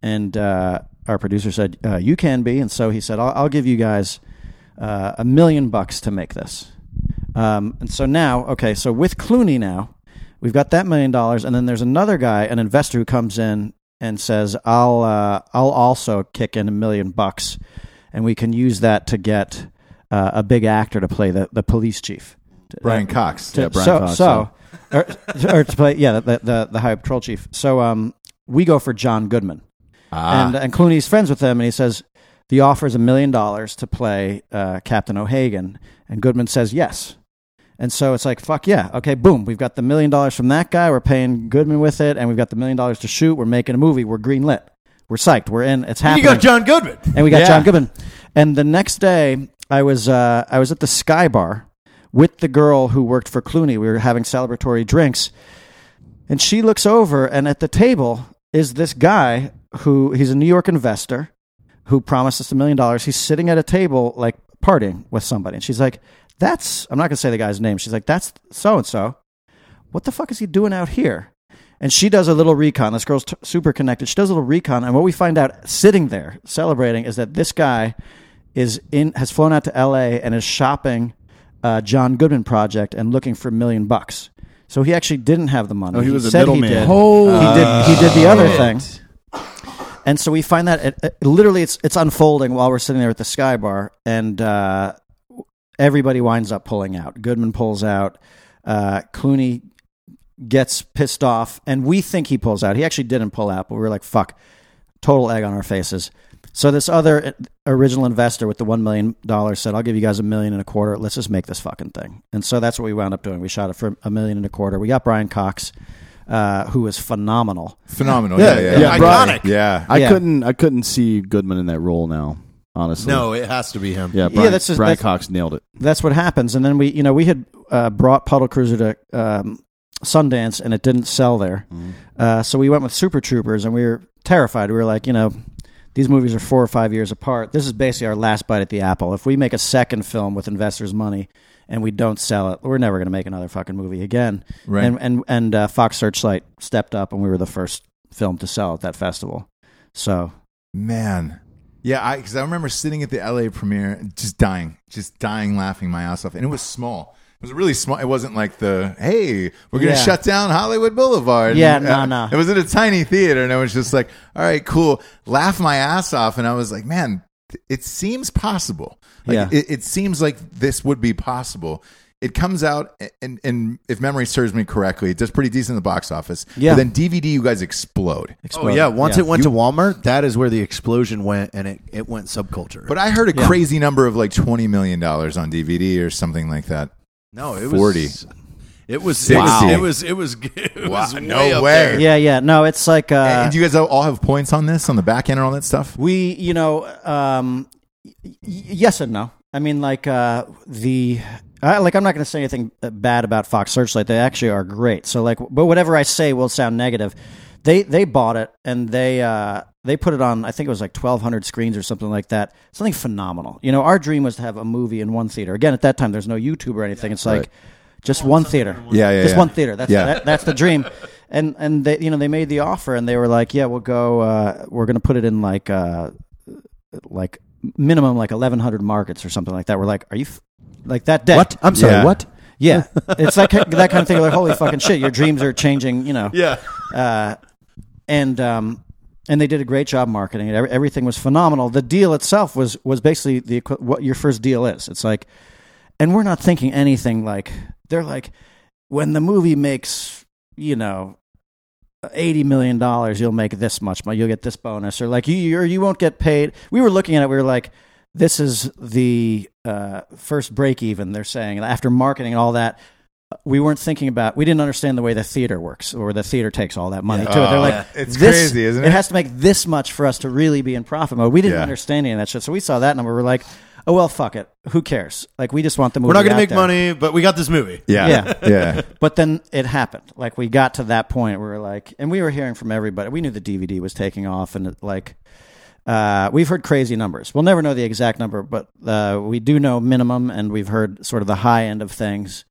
And uh, our producer said, uh, "You can be." And so he said, "I'll, I'll give you guys uh, a million bucks to make this." Um, and so now, okay, so with Clooney now, we've got that million dollars, and then there's another guy, an investor who comes in and says, "I'll uh, I'll also kick in a million bucks, and we can use that to get uh, a big actor to play the, the police chief." Brian Cox. To- so so, or, or to play yeah the, the the highway patrol chief. So um, we go for John Goodman, Ah. and and Clooney's friends with him, and he says the offer is a million dollars to play uh, Captain O'Hagan, and Goodman says yes. And so it's like, fuck yeah. Okay, boom. We've got the million dollars from that guy. We're paying Goodman with it, and we've got the million dollars to shoot. We're making a movie. We're green lit. We're psyched. We're in. It's You happening got John Goodman. and we got Yeah. John Goodman. And the next day, I was uh, I was at the Sky Bar with the girl who worked for Clooney. We were having celebratory drinks, and she looks over, and at the table is this guy who he's a New York investor who promised us a million dollars. He's sitting at a table like partying with somebody, and she's like, "That's I'm not gonna say the guy's name." She's like, "That's so and so." What the fuck is he doing out here? And she does a little recon. This girl's t- super connected. She does a little recon, and what we find out sitting there celebrating is that this guy is in has flown out to L.A. and is shopping uh, John Goodman project and looking for a million bucks. So he actually didn't have the money. Oh, he was a said he middleman. did. Holy he did. He did the other thing. And so we find that it, it- literally it's it's unfolding while we're sitting there at the Sky Bar, and uh, everybody winds up pulling out. Goodman pulls out. Uh, Clooney gets pissed off, and we think he pulls out. He actually didn't pull out, but we were like, "Fuck!" Total egg on our faces. So this other uh, original investor with the one million dollars said, "I'll give you guys a million and a quarter. Let's just make this fucking thing." And so that's what we wound up doing. We shot it for a million and a quarter. We got Brian Cox, uh, who was phenomenal. Phenomenal. Yeah, yeah. yeah. Yeah, yeah. Iconic. Yeah. I Yeah. couldn't I couldn't see Goodman in that role now. Honestly, No, it has to be him. Yeah, Brian, that's just- Brian that's- Cox nailed it. that's what happens. And then we, you know, we had uh, brought Puddle Cruiser to um, Sundance, and it didn't sell there. Uh, so we went with Super Troopers, and we were terrified. We were like, you know, these movies are four or five years apart. This is basically our last bite at the apple. If we make a second film with investors' money and we don't sell it, we're never going to make another fucking movie again. Right. And and and uh, Fox Searchlight stepped up, and we were the first film to sell at that festival. So Man. Yeah, I because I remember sitting at the LA premiere, just dying, just dying, laughing my ass off, and it was small. It was really small. It wasn't like the hey, we're gonna Yeah. shut down Hollywood Boulevard. Yeah, And, uh, no, no. It was in a tiny theater, and I was just like, all right, cool, laugh my ass off, and I was like, man, th- it seems possible. Like, Yeah. it, it seems like this would be possible. It comes out, a- and and if memory serves me correctly, it does pretty decent in the box office. Yeah. But then DVD, you guys explode. Oh yeah, once Yeah. it went to Walmart, that is where the explosion went, and it, it went subculture. But I heard a crazy number of like twenty million dollars on DVD or something like that. no, it 40. was It was Wow. it was it was it was, it was Wow, way no up way. there. yeah, yeah, no, it's like uh, and do you guys all have points on this on the back end and all that stuff? We, you know, um, y- y- yes and no. I mean, like uh, the, I, like I'm not going to say anything uh, bad about Fox Searchlight. They actually are great. So like, but whatever I say will sound negative. They they bought it and they uh, they put it on. I think it was like 1,200 screens or something like that. Something phenomenal. You know, our dream was to have a movie in one theater. Again, at that time, there's no YouTube or anything. it's like just one theater. Yeah, yeah, Just yeah. one theater. That's Yeah. that, that's the dream. And and they you know they made the offer and they were like, yeah, we'll go. Uh, we're going to put it in like uh, like minimum like 1100 markets or something like that. We're like, are you f-? like that day? What? I'm sorry. Yeah. What? Yeah, it's like that kind of thing. Like holy fucking shit, your dreams are changing. You know. Yeah. Uh, and um, and they did a great job marketing it. Every- Everything was phenomenal. The deal itself was was basically the equi- what your first deal is. It's like, and we're not thinking anything like they're like when the movie makes you know. Eighty million dollars, you'll make this much money. You'll get this bonus, or like you, you- or you won't get paid. We were looking at it. We were like, this is the uh, first break even. They're saying after marketing and all that, we weren't thinking about we didn't understand the way the theater works or the theater takes all that money to it. They're like, Oh, It's this- crazy, isn't it? It has to make this much for us to really be in profit mode. We didn't Yeah. understand any of that shit, so we saw that number. We're like, oh well, fuck it. Who cares? Like we just want the movie. We're not gonna out make there. money, but we got this movie. Yeah, yeah, yeah. But then it happened. Like we got to that point where we were like, and we were hearing from everybody. We knew the DVD was taking off, and it, like, uh, we've heard crazy numbers. We'll never know the exact number, but uh, we do know minimum, and we've heard sort of the high end of things.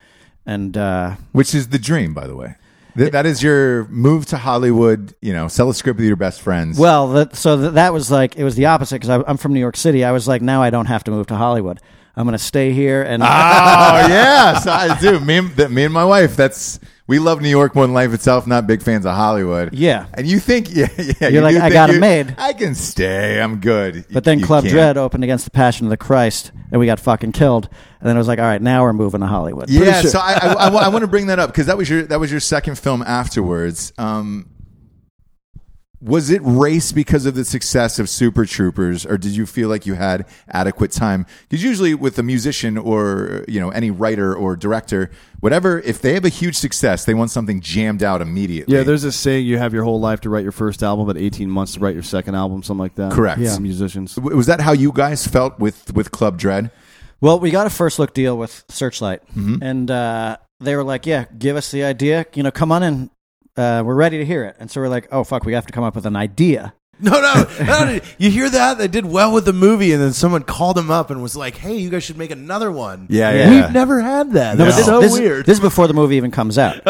and uh, which is the dream, by the way. Th- that is your move to Hollywood. You know, sell a script with your best friends. well, that, so that, that was like it was the opposite because I'm from New York City. I was like, now I don't have to move to Hollywood. I'm gonna stay here and Ah! oh yeah, so I do. Me and that, me and my wife. That's we love New York more than life itself. Not big fans of Hollywood. Yeah. and you think yeah, yeah you're like, I got it made. I can stay. I'm good. But then You Club can't. Dread opened against the Passion of the Christ, and we got fucking killed. And then I was like, all right, now we're moving to Hollywood. Yeah, so I I, want to bring that up because that was your that was your second film afterwards. Um, was it race because of the success of Super Troopers, or did you feel like you had adequate time? Because usually with a musician or you know any writer or director, whatever, if they have a huge success, they want something jammed out immediately. Yeah, there's this saying you have your whole life to write your first album, but 18 months to write your second album, something like that. Correct. Yeah. Yeah. Musicians. W- was that how you guys felt with with Club Dread? Well, we got a first look deal with Searchlight, Mm-hmm. and uh, they were like, yeah, give us the idea. You know, come on in. Uh, we're ready to hear it. And so we're like, oh, fuck, we have to come up with an idea. No, no, no. You hear that? They did well with the movie, and then someone called him up and was like, "Hey, you guys should make another one." yeah. we've never had that. That's this, so this- weird. This is before the movie even comes out.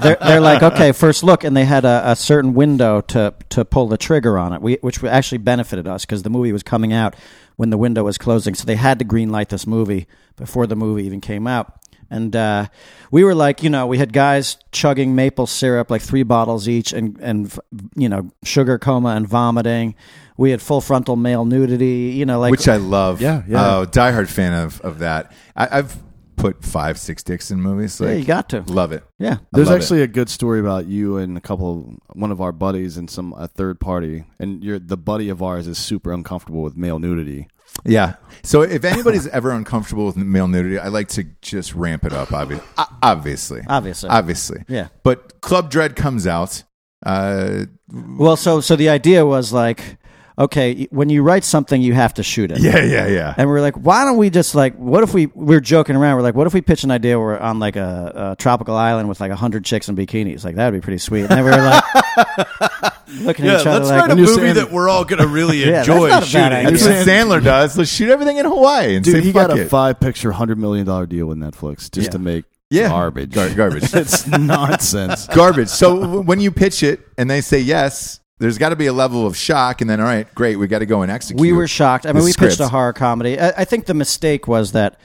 they're, they're like, okay, first look, and they had a, a certain window to to pull the trigger on it, we, which actually benefited us because the movie was coming out when the window was closing, so they had to green light this movie before the movie even came out. And uh, we were like, you know, we had guys chugging maple syrup, like three bottles each, and and you know, sugar coma and vomiting. We had full frontal male nudity, you know, like Which I love. Yeah, yeah. Oh, diehard fan of of that. I, I've put five, six dicks in movies. Like, yeah, you got to, love it. yeah. There's love it. actually a good story about you and a couple, one of our buddies and some a third party, and you're the buddy of ours is super uncomfortable with male nudity. Yeah. So if anybody's ever uncomfortable with male nudity, I like to just ramp it up. Obviously, obviously, Obviously. obviously. Yeah. But Club Dread comes out. Uh, Well, so so the idea was like, okay, when you write something, you have to shoot it. yeah, yeah, yeah. And we are like, why don't we just like, what if we, we are joking around. We're like, what if we pitch an idea where we're on like a, a tropical island with like a hundred chicks in bikinis? Like, that'd be pretty sweet. And then we were like, looking at yeah, each other let's like, write a you're movie saying- that we're all gonna really that's enjoy not a bad shooting. idea. That's what Sandler does. Let's shoot everything in Hawaii and Dude, say he fuck got a it. five picture, hundred million dollar deal with Netflix just to make Yeah. garbage. Gar- garbage. it's nonsense. garbage. So w- when you pitch it and they say yes, there's got to be a level of shock, and then all right, great, we got to go and execute. we were shocked. I mean, the we script. pitched a horror comedy. I, I think the mistake was that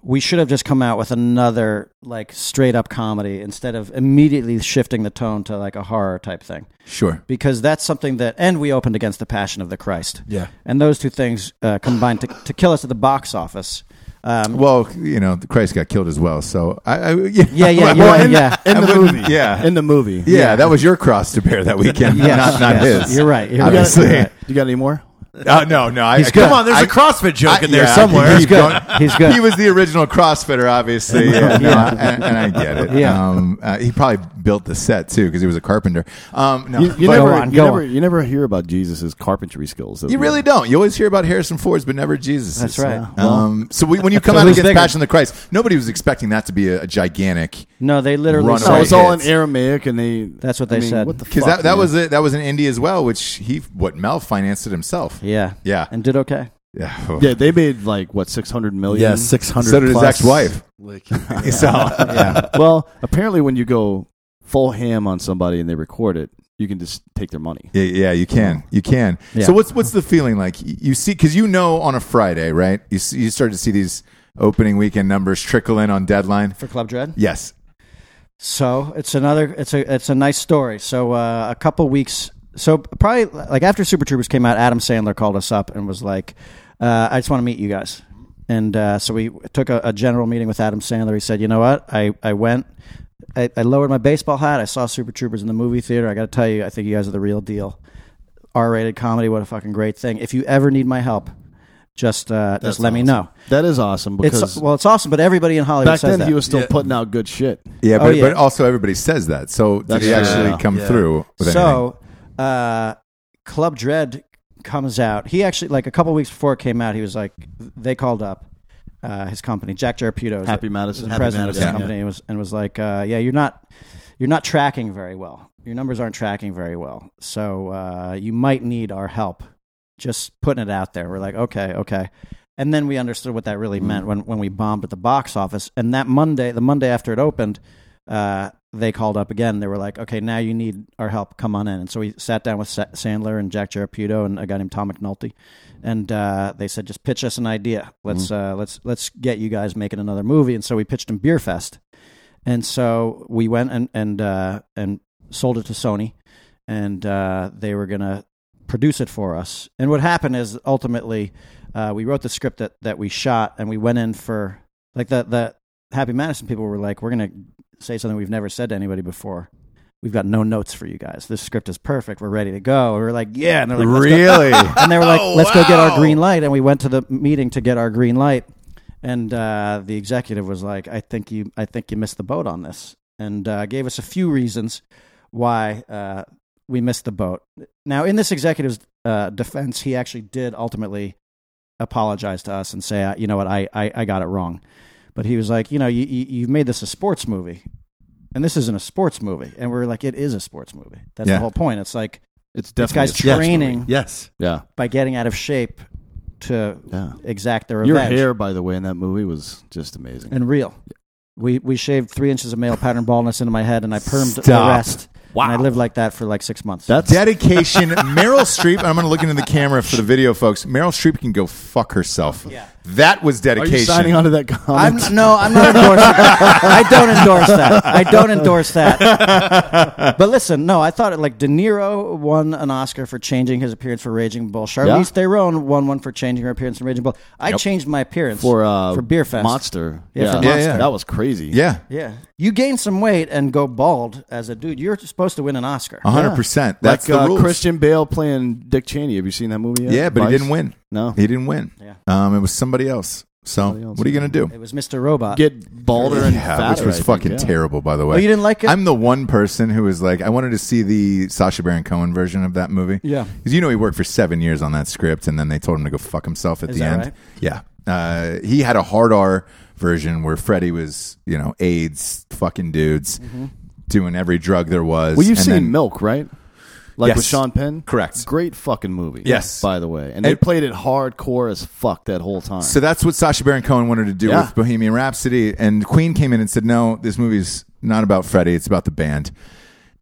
we should have just come out with another like straight up comedy instead of immediately shifting the tone to like a horror type thing. Sure. because that's something that and we opened against the passion of the christ Yeah. and those two things uh, combined to, to kill us at the box office um, Well, you know, Christ got killed as well. So I, I yeah, yeah yeah I you're right, wouldn't- yeah In I the wouldn't- movie. Yeah. In the movie. Yeah, that was your cross to bear that weekend, not Yes, not yes. his. You're right, you're right. obviously. You're right. You got any more? Uh, no, no. I, Come on, there's a CrossFit joke in there somewhere. He's good. He's good. He was the original CrossFitter, obviously. Yeah, no, I- and, and I get it. Yeah. Um, uh, he probably built the set too because he was a carpenter. Um, no, You, you but- never, on, you, go never on. you never hear about Jesus' carpentry skills. you really don't. You always hear about Harrison Ford's, but never Jesus. That's right. Um, so we, when you come So out who's against bigger? Passion of the Christ, nobody was expecting that to be a, a gigantic. no they literally Run said- No, away. it's all in hits. Aramaic, and they. That's what they I mean, said. What the Because fuck? that, that man? was it. That was in India as well, which he what Mel financed it himself. yeah Yeah. and did okay Yeah. Oh. Yeah, they made like what six hundred million. Yeah, six hundred. So did his ex-wife. So yeah. well, apparently, when you go full ham on somebody and they record it, you can just take their money. Yeah, yeah, you can, you can. Yeah. So what's what's the feeling like? Y- You see, because you know on a Friday, right? You see, you start to see these opening weekend numbers trickle in on deadline. for club dread Yes, So it's another. It's a. It's a nice story. So uh, a couple weeks. So probably like after Super Troopers came out, Adam Sandler called us up and was like, uh, "I just want to meet you guys." And uh, so we took a, a general meeting with Adam Sandler. He said, "You know what? I I went. I, I lowered my baseball hat. I saw Super Troopers in the movie theater. I got to tell you, I think you guys are the real deal. R-rated comedy. What a fucking great thing. If you ever need my help, just uh, just let me know. That is awesome because It's well, it's awesome. But everybody in Hollywood back says then that. he was still putting out good shit. yeah, but, yeah. but also everybody says that. So did Oh, That's he true. actually Yeah. come Yeah. through? With anything? so uh, club dread comes out he actually like a couple weeks before it came out he was like they called up uh, his company jack Jaraputo is Happy the- Madison. the Happy president of Madison, the company and was, and was like uh, yeah you're not you're not tracking very well your numbers aren't tracking very well so uh, you might need our help just putting it out there we're like okay okay And then we understood what that really meant when, when we bombed at the box office. And that Monday, the Monday after it opened, uh, they called up again. They were like, okay, now you need our help. Come on in. And so we sat down with Sa- Sandler and Jack Geraputo and a guy named Tom McNulty. And uh, they said, just pitch us an idea. Let's, uh, let's, let's get you guys making another movie. And so we pitched him Beer Fest. And so we went and, and, uh, and sold it to Sony. And uh, they were going to produce it for us. And what happened is ultimately uh, we wrote the script that, that we shot and we went in for like the, the Happy Madison people were like, we're going to say something we've never said to anybody before. We've got no notes for you guys. This script is perfect. We're ready to go. We were like, yeah. And they're like, "Let's go." really? and they were like, Oh, "Let's go get our wow. green light." And we went to the meeting to get our green light, and uh, the executive was like, "I think you, I think you missed the boat on this," and uh, gave us a few reasons why uh, we missed the boat. Now, in this executive's uh, defense, he actually did ultimately apologize to us and say, "Uh, "You know what? I, I, I got it wrong." But he was like, "You know, you, you you've made this a sports movie." And this isn't a sports movie, and we we're like, it is a sports movie. That's Yeah. the whole point. It's like It's these definitely guys training Yes. yeah. by getting out of shape to Yeah. exact their Your revenge hair, by the way, in that movie was just amazing. and real. We we shaved three inches of male pattern baldness into my head, and I permed the Stop. rest. Wow! And I lived like that for like six months. That's Dedication. Meryl Streep. I'm going to look into the camera for the video, folks. Meryl Streep can go fuck herself. Yeah. That was are dedication. you signing on to that I'm comment? no, I'm not endorsing. I don't endorse that. I don't endorse that. But listen, no, I thought it like De Niro won an Oscar for changing his appearance for Raging Bull. Charlize Theron won one for changing her appearance in Raging Bull. I changed my appearance for uh, for Beer Fest. Monster. Yeah, for Monster. that was crazy. Yeah. Yeah. You gain some weight and go bald as a dude. You're supposed to win an Oscar. Uh-huh. 100%. That's like the uh, rules. Christian Bale playing Dick Cheney. Have you seen that movie? yet? Yeah, but he Vice? didn't win. No. He didn't win. Yeah. Um, it was somebody else. So Somebody else, what are you going to do? It was Mr. Robot. get balder and Yeah, fatter, which was I think, fucking yeah. terrible, by the way. oh, you didn't like it? I'm the one person who was like, I wanted to see the Sasha Baron Cohen version of that movie. Yeah. Because you know he worked for seven years on that script, and then they told him to go fuck himself at Is the that end. right? Yeah. Uh, he had a hard R version where Freddie was, you know, AIDS fucking dudes doing every drug there was. Well, you've And seen then- Milk, right? Like with Yes. Sean Penn, Correct. Great fucking movie. Yes. by the way, and they And- played it hardcore as fuck that whole time. So that's what Sasha Baron Cohen wanted to do Yeah. with Bohemian Rhapsody, and Queen came in and said, "No, this movie's not about Freddie; it's about the band."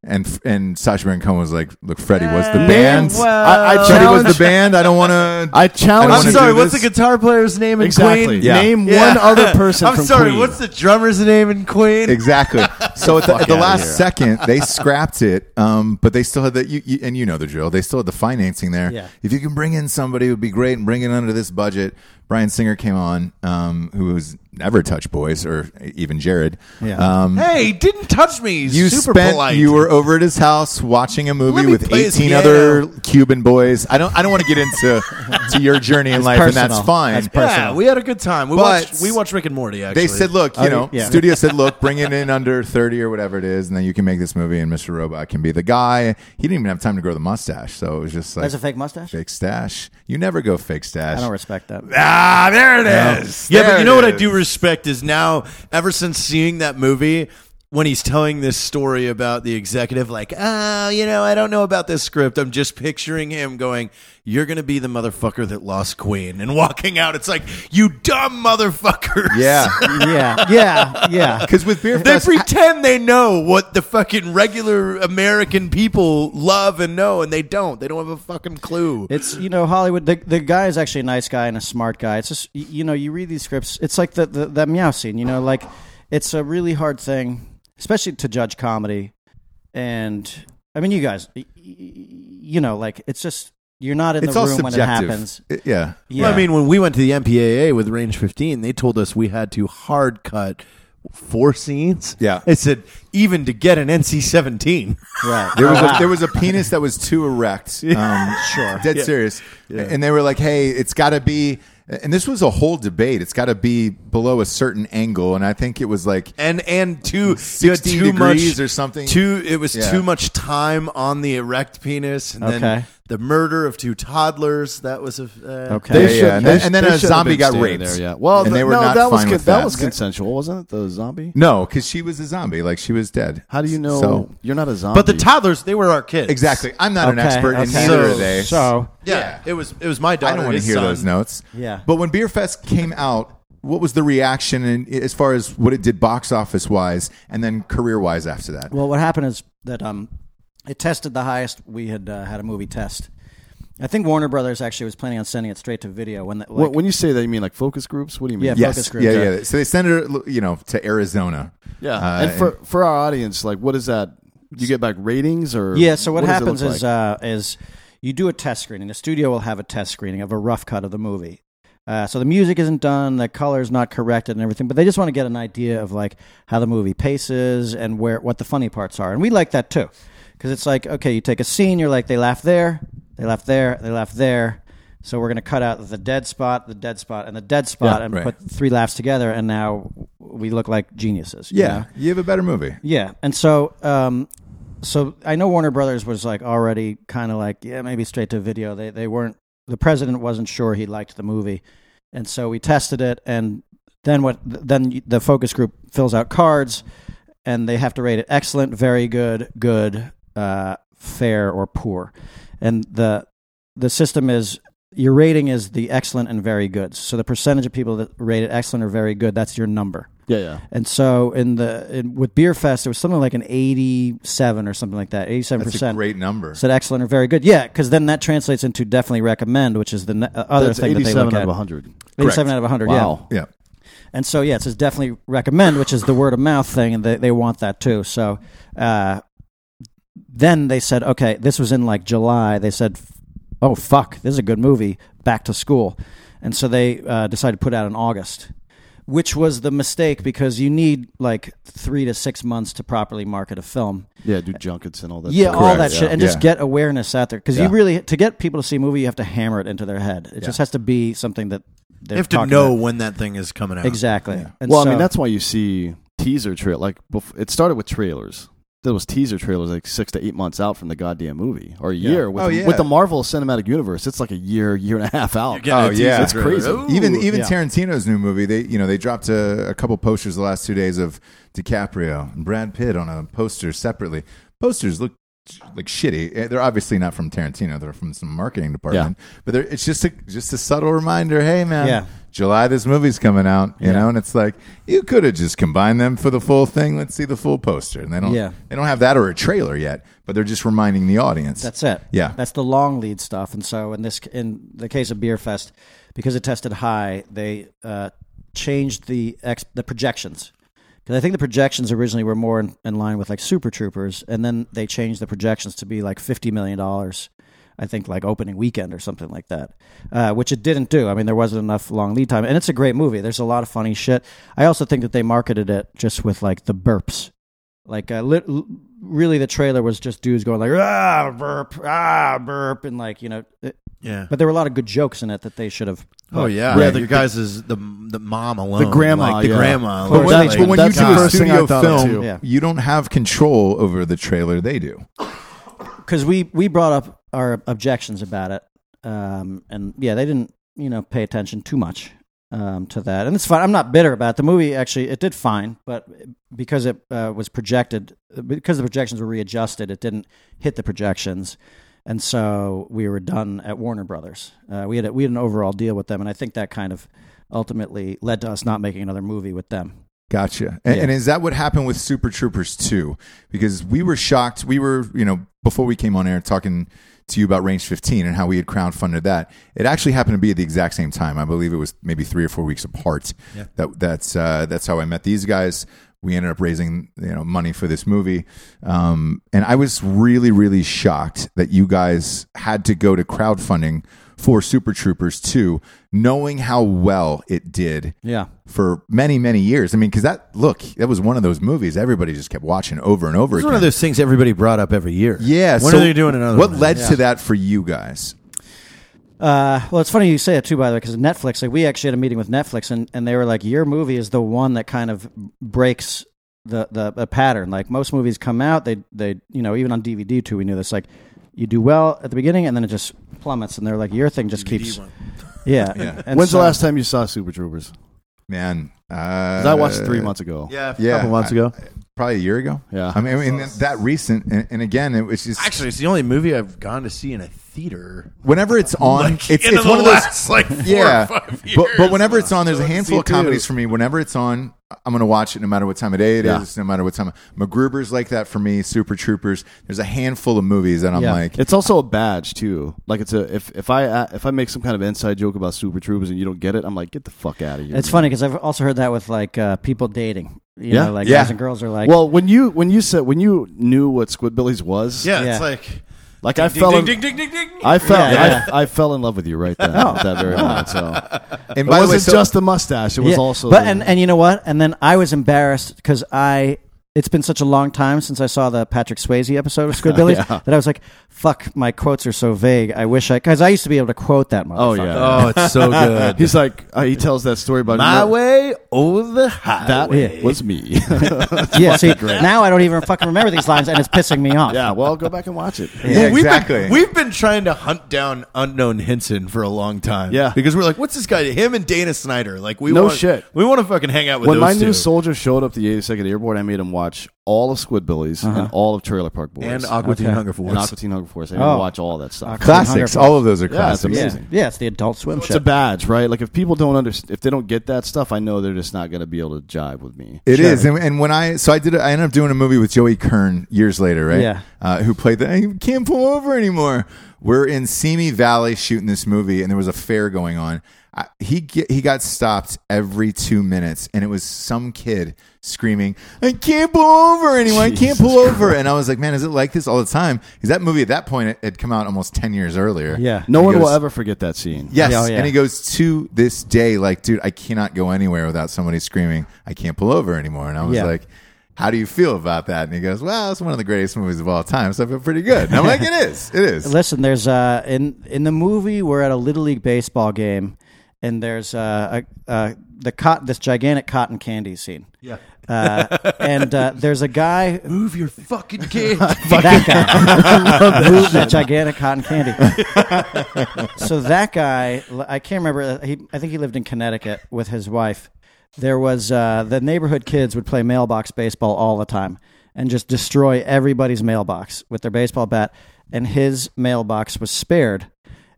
And and Sasha Baron Cohen was like, "Look, Freddie was the band. I, I Freddie was challenge. the band. I don't want to. I challenge. I I'm wanna you sorry. do What's the this. guitar player's name in Exactly. Queen? Yeah. Name Yeah. one other person. I'm from sorry. Queen. What's the drummer's name in Queen? Exactly. So at the, at the outta last here. second, they scrapped it, um, but they still had the you, you, and you know the drill. They still had the financing there. Yeah. If you can bring in somebody, it would be great, and bring it under this budget. Brian Singer came on, um, who was never touched boys or even Jared. Yeah. Um, Hey, he didn't touch me. He's you super spent polite. you were over at his house watching a movie Let me with play his 18 other Cuban boys. I don't I don't want to get into to your journey in life and that's personal. fine. That's Yeah, personal. we had a good time. We But- watched we watched Rick and Morty. Actually, they said, look, you know, yeah. studio said, look, bring it in under 30 or whatever it is, and then you can make this movie, and Mr. Robot can be the guy. He didn't even have time to grow the mustache, so it was just like That's a fake mustache? fake stash. You never go fake stash. I don't respect that. ah, there it is. Yeah, There but you it know what I is. do respect is now, ever since seeing that movie, when he's telling this story about the executive, like, oh, you know, I don't know about this script. I'm just picturing him going, you're going to be the motherfucker that lost Queen and walking out. It's like, you dumb motherfuckers. Yeah, yeah, yeah, yeah. because with beer, They Fest, I- pretend they know what the fucking regular American people love and know, and they don't. They don't have a fucking clue. It's you know Hollywood. The the guy is actually a nice guy and a smart guy. It's just y- you know you read these scripts. It's like the the, the meow scene. You know, like it's a really hard thing, especially to judge comedy. And I mean, you guys, y- y- you know, like it's just you're not in it's the all room when it subjective. happens. It- yeah. Yeah, Well, I mean, when we went to the MPAA with Range 15, they told us we had to hard cut four scenes. Yeah. It said, even to get an NC 17. right? There was Ah. a, there was a penis that was too erect. Um, sure, dead serious. And they were like, "Hey, it's got to be." And this was a whole debate. It's got to be below a certain angle. And I think it was like And and too, you had 60 too degrees much, or something. Too, it was Yeah. too much time on the erect penis. And Okay. then the murder of two toddlers. That was a uh, Okay. They Yeah, should- should- and then- and then they a should have zombie been got staying raped. There, yeah. Well, And th- they were no, not that was fine con- with that that. was consensual, wasn't it? The zombie. No, because she was a zombie. Like she was dead. How do you know So- you're not a zombie? But the toddlers, they were our kids. exactly. I'm not an Okay, expert, and okay. neither So- are they. So Yeah, Yeah. it was it was my daughter. I don't want to his hear son. those notes. Yeah. But when Beer Fest came out, what was the reaction and as far as what it did box office wise and then career wise after that? Well, what happened is that um, it tested the highest we had uh, had a movie test. I think Warner Brothers actually was planning on sending it straight to video when that. Wh- Like, when you say that, you mean like focus groups? What do you mean? Yeah, yes. focus yeah, groups, yeah. So they sent her, you know, to Arizona. Yeah, Uh, and for for our audience, like, what is that? You get back ratings or yeah, so what, does it happens look is like? uh, is you do a test screening. The studio will have a test screening of a rough cut of the movie. Uh, so the music isn't done, the color is not corrected, and everything. But they just want to get an idea of like how the movie paces and where what the funny parts are, and we like that too, because it's like okay, you take a scene, you're like they laugh there, they laugh there, they laugh there. So we're going to cut out the dead spot, the dead spot, and the dead spot, Yeah, and right. put three laughs together, and now we look like geniuses. you yeah. know? You have a better movie. Yeah, and so um, so I know Warner Brothers was like already kind of like yeah maybe straight to video. They they weren't the president wasn't sure he liked the movie, and so we tested it, and then what? Then the focus group fills out cards, and they have to rate it excellent, very good, good, uh, fair, or poor, and the the system is. Your rating is the excellent and very good. So the percentage of people that rate it excellent or very good, that's your number. yeah, yeah. And so in the in, with Beer Fest, it was something like an eighty-seven or something like that, eighty-seven That's a percent great number. said excellent or very good. Yeah, because then that translates into definitely recommend, which is the ne- uh, other That's thing that they look eighty-seven out at. of hundred. eighty-seven out of hundred. Wow. yeah. Yeah, and so yeah, it says definitely recommend, which is the word of mouth thing, and they they want that too. So uh, then they said, okay, this was in like July. They said, oh fuck, this is a good movie. Back to school, and so they uh, decided to put out in August which was the mistake because you need like three to six months to properly market a film. Yeah, do junkets and all that. yeah, stuff. all Correct, that yeah. shit, and just Yeah. get awareness out there because Yeah. you really to get people to see a movie, you have to hammer it into their head. It just has to be something that they You have to know when that thing is coming out. exactly. And well, I so- mean, that's why you see teaser trail. Like, bef- it started with trailers. There was teaser trailers like six to eight months out from the goddamn movie, or a year with, Oh, yeah. with the Marvel Cinematic Universe. It's like a year, year and a half out. You're getting Oh, a teaser yeah. That's trailer. crazy. Ooh. Even even yeah. Tarantino's new movie, they you know they dropped a, a couple posters the last two days of DiCaprio and Brad Pitt on a poster separately. Posters look like shitty. Eh, They're obviously not from Tarantino. They're from some marketing department. But they're, it's just a just a subtle reminder. Hey man, Yeah. July this movie's coming out. You know, and it's like you could have just combined them for the full thing. Let's see the full poster. And they don't Yeah. they don't have that or a trailer yet. But they're just reminding the audience. That's it. Yeah. that's the long lead stuff. And so in this, in the case of Beer Fest, because it tested high, they uh, changed the ex- the projections. Because I think the projections originally were more in, in line with like Super Troopers, and then they changed the projections to be like fifty million dollars. I think like opening weekend or something like that, uh, which it didn't do. I mean, there wasn't enough long lead time, and it's a great movie. There's a lot of funny shit. I also think that they marketed it just with like the burps. Like, uh, lit, l- really, the trailer was just dudes going like ah burp ah burp and like you know, it- Yeah. but there were a lot of good jokes in it that they should have. oh yeah. Yeah, Yeah, the- your guys is the the mom alone. The grandma, Like, the yeah. grandma. But But looks when, that's- but when you that's do the a first thing I studio thought of, film, too. Yeah. you don't have control over the trailer. They do. because we we brought up our objections about it, um, and yeah, they didn't you know pay attention too much um, to that, and it's fine. I'm not bitter about it. the movie. Actually, it did fine, but because it uh, was projected, because the projections were readjusted, it didn't hit the projections, and so we were done at Warner Brothers. Uh, we had a, we had an overall deal with them, and I think that kind of ultimately led to us not making another movie with them. Gotcha. And, and is that what happened with Super Troopers 2? Because we were shocked. We were, you know, before we came on air talking to you about Range 15 and how we had crowdfunded that. It actually happened to be at the exact same time. I believe it was maybe three or four weeks apart. That that's uh, that's how I met these guys. We ended up raising you know money for this movie, um, and I was really really shocked that you guys had to go to crowdfunding for Super Troopers 2, knowing how well it did Yeah. for many many years. I mean, because that look, that was one of those movies everybody just kept watching over and over It's again. one of those things everybody brought up every year. yeah. When so are they doing another? What one? led to that for you guys? Uh, well, it's funny you say it too, by the way, because Netflix. Like, we actually had a meeting with Netflix, and, and they were like, "Your movie is the one that kind of breaks the the, the pattern. Like most movies come out, they they you know even on DVD too, we knew this. Like you do well at the beginning, and then it just plummets, and they're like, your thing just keeps. Yeah. Yeah. And When's so- the last time you saw Super Troopers? man. Uh, 'Cause I watched it three months ago. Yeah. Yeah, couple months I- ago. probably a year ago. Yeah. I mean, I mean that recent, and, and again, it was just Actually, it's the only movie I've gone to see in a theater. whenever it's on, Like, it's, into it's the one of those. last, like, four yeah, or five years. but but whenever it's on, there's a to handful of see, too. comedies for me. Whenever it's on, I'm gonna watch it no matter what time of day it is, Yeah. no matter what time. MacGruber's like that for me. Super Troopers. There's a handful of movies that I'm Yeah. like, It's also a badge too. Like it's a if if I uh, if I make some kind of inside joke about Super Troopers and you don't get it, I'm like, get the fuck out of here. It's man. funny because I've also heard that with like uh, people dating. You Yeah. Know, like Yeah. guys and girls are like, well, when you when you said when you knew what Squidbillies was, Yeah, Yeah. it's like like I ding, fell in, ding, ding, ding, ding, ding. I fell Yeah, I, I fell in love with you right then at that very moment. So and it by the wasn't way, so- just the mustache; it was Yeah. also But the- and and you know what? And then I was embarrassed because I. It's been such a long time since I saw the Patrick Swayze episode of Squidbillies that I was like, "Fuck, my quotes are so vague. I wish I because I used to be able to quote that much. oh yeah, oh, it's so good. he's like uh, he tells that story about My no, way over the highway. That way. was me. yeah. See, now I don't even fucking remember these lines, and it's pissing me off. yeah, well, go back and watch it. yeah, Well, we've been- exactly. We've been, trying to hunt down unknown Henson for a long time. Yeah. because we're like, what's this guy? Him and Dana Snyder. Like we No want, shit. We want to fucking hang out with when those my two. new soldier showed up to the 82nd Airborne, I made him watch all of Squidbillies Uh-huh. and all of Trailer Park Boys and Aqua Teen Hunger Force. and Aqua Teen Hunger Force. I made him Oh. watch all that stuff. Aqua- classics. All of those are Yeah, it's classics. yeah, amazing. yeah. It's the Adult Swim It's show. a badge, right? Like if people don't understand, if they don't get that stuff, I know they're just not going to be able to jive with me. It is, and, and when I so I did, I ended up doing a movie with Joey Kern years later, right? Yeah. uh, who played the I can't pull over anymore. We're in Simi Valley shooting this movie, and there was a fair going on. I, he get, he got stopped every two minutes, and it was some kid screaming, "I can't pull over anyone! I can't Jesus pull over!" And I was like, "Man, is it like this all the time?" Because that movie at that point it had come out almost ten years earlier. Yeah. No He one will goes- ever forget that scene. Yes. Yeah, oh, yeah. And he goes to this day, like, dude, I cannot go anywhere without somebody screaming, I can't pull over anymore. And I was Yeah. like, how do you feel about that? And he goes, well, it's one of the greatest movies of all time. So I feel pretty good. And I'm like, it is. It is. Listen, there's uh in in the movie we're at a little league baseball game, and there's uh, a, uh the cot this gigantic cotton candy scene. Yeah. Uh, and uh, there's a guy, Move your fucking kid. that guy, who, that gigantic cotton candy. so that guy, I can't remember. uh, He, I think he lived in Connecticut with his wife. There was uh, the neighborhood kids would play mailbox baseball all the time and just destroy everybody's mailbox with their baseball bat. And his mailbox was spared.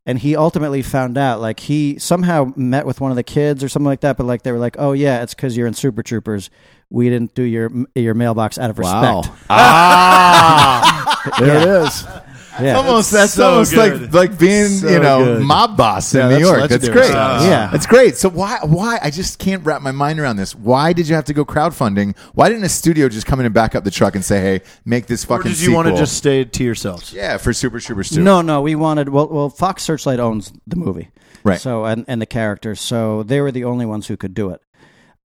And he ultimately found out, like he somehow met with one of the kids or something like that. But like they were like, "Oh yeah, it's because you're in Super Troopers. We didn't do your your mailbox out of Wow. Ah. respect." There it is. Yeah. Almost, that's so almost good. like like being you know good. mob boss Yeah, in New that's York. That's legendary great. stuff. Yeah. that's great. So why why I just can't wrap my mind around this. Why did you have to go crowdfunding? Why didn't a studio just come in and back up the truck and say, hey, make this or fucking? did you want to sequel? just stay to yourselves? yeah for Super Troopers two? No, no, we wanted well, well, Fox Searchlight owns the movie, Right. So and and the characters, so they were the only ones who could do it.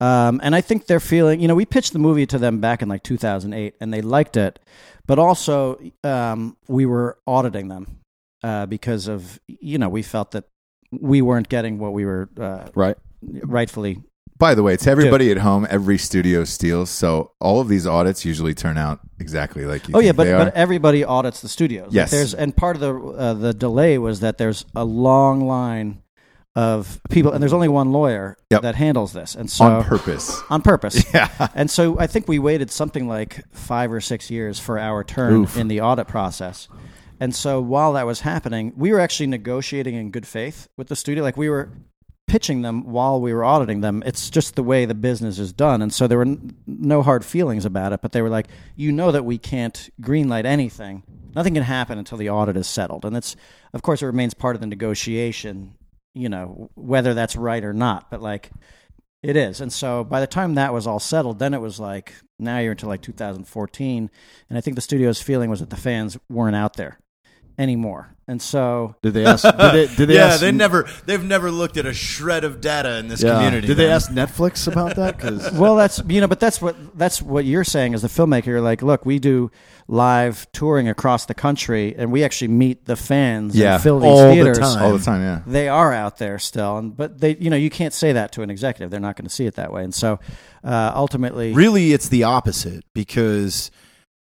Um, and I think they're feeling, you know, we pitched the movie to them back in like 2008, and they liked it, but also um, we were auditing them uh, because of you know we felt that we weren't getting what we were uh, Right. rightfully. By the way, to everybody at home, every studio steals, so all of these audits usually turn out exactly like you. Oh yeah, think but they but are. everybody audits the studios. Like, Yes. there's and part of the uh, the delay was that there's a long line of people, and there's only one lawyer Yep. that handles this, and so on purpose. on purpose. Yeah. And so I think we waited something like five or six years for our turn in the audit process. And so while that was happening, we were actually negotiating in good faith with the studio. Like we were pitching them while we were auditing them. It's just the way the business is done. And so there were n- no hard feelings about it, but they were like, you know that we can't greenlight anything. Nothing can happen until the audit is settled. And it's, of course, it remains part of the negotiation, you know, whether that's right or not. But like, it is. And so by the time that was all settled, then it was like, now you're into like 2014. And I think the studio's feeling was that the fans weren't out there anymore. And so, Did they ask? Did they, did they yeah, ask, they never. They've never looked at a shred of data in this yeah. community. Did they man. ask Netflix about that? Because well, that's, you know, but that's what, that's what you're saying as the filmmaker. You're like, look, we do live touring across the country and we actually meet the fans Yeah, and fill these all the theaters. time. all the time, yeah. they are out there still. And, but they, you know, you can't say that to an executive. They're not going to see it that way. And so, uh, ultimately, Really, it's the opposite because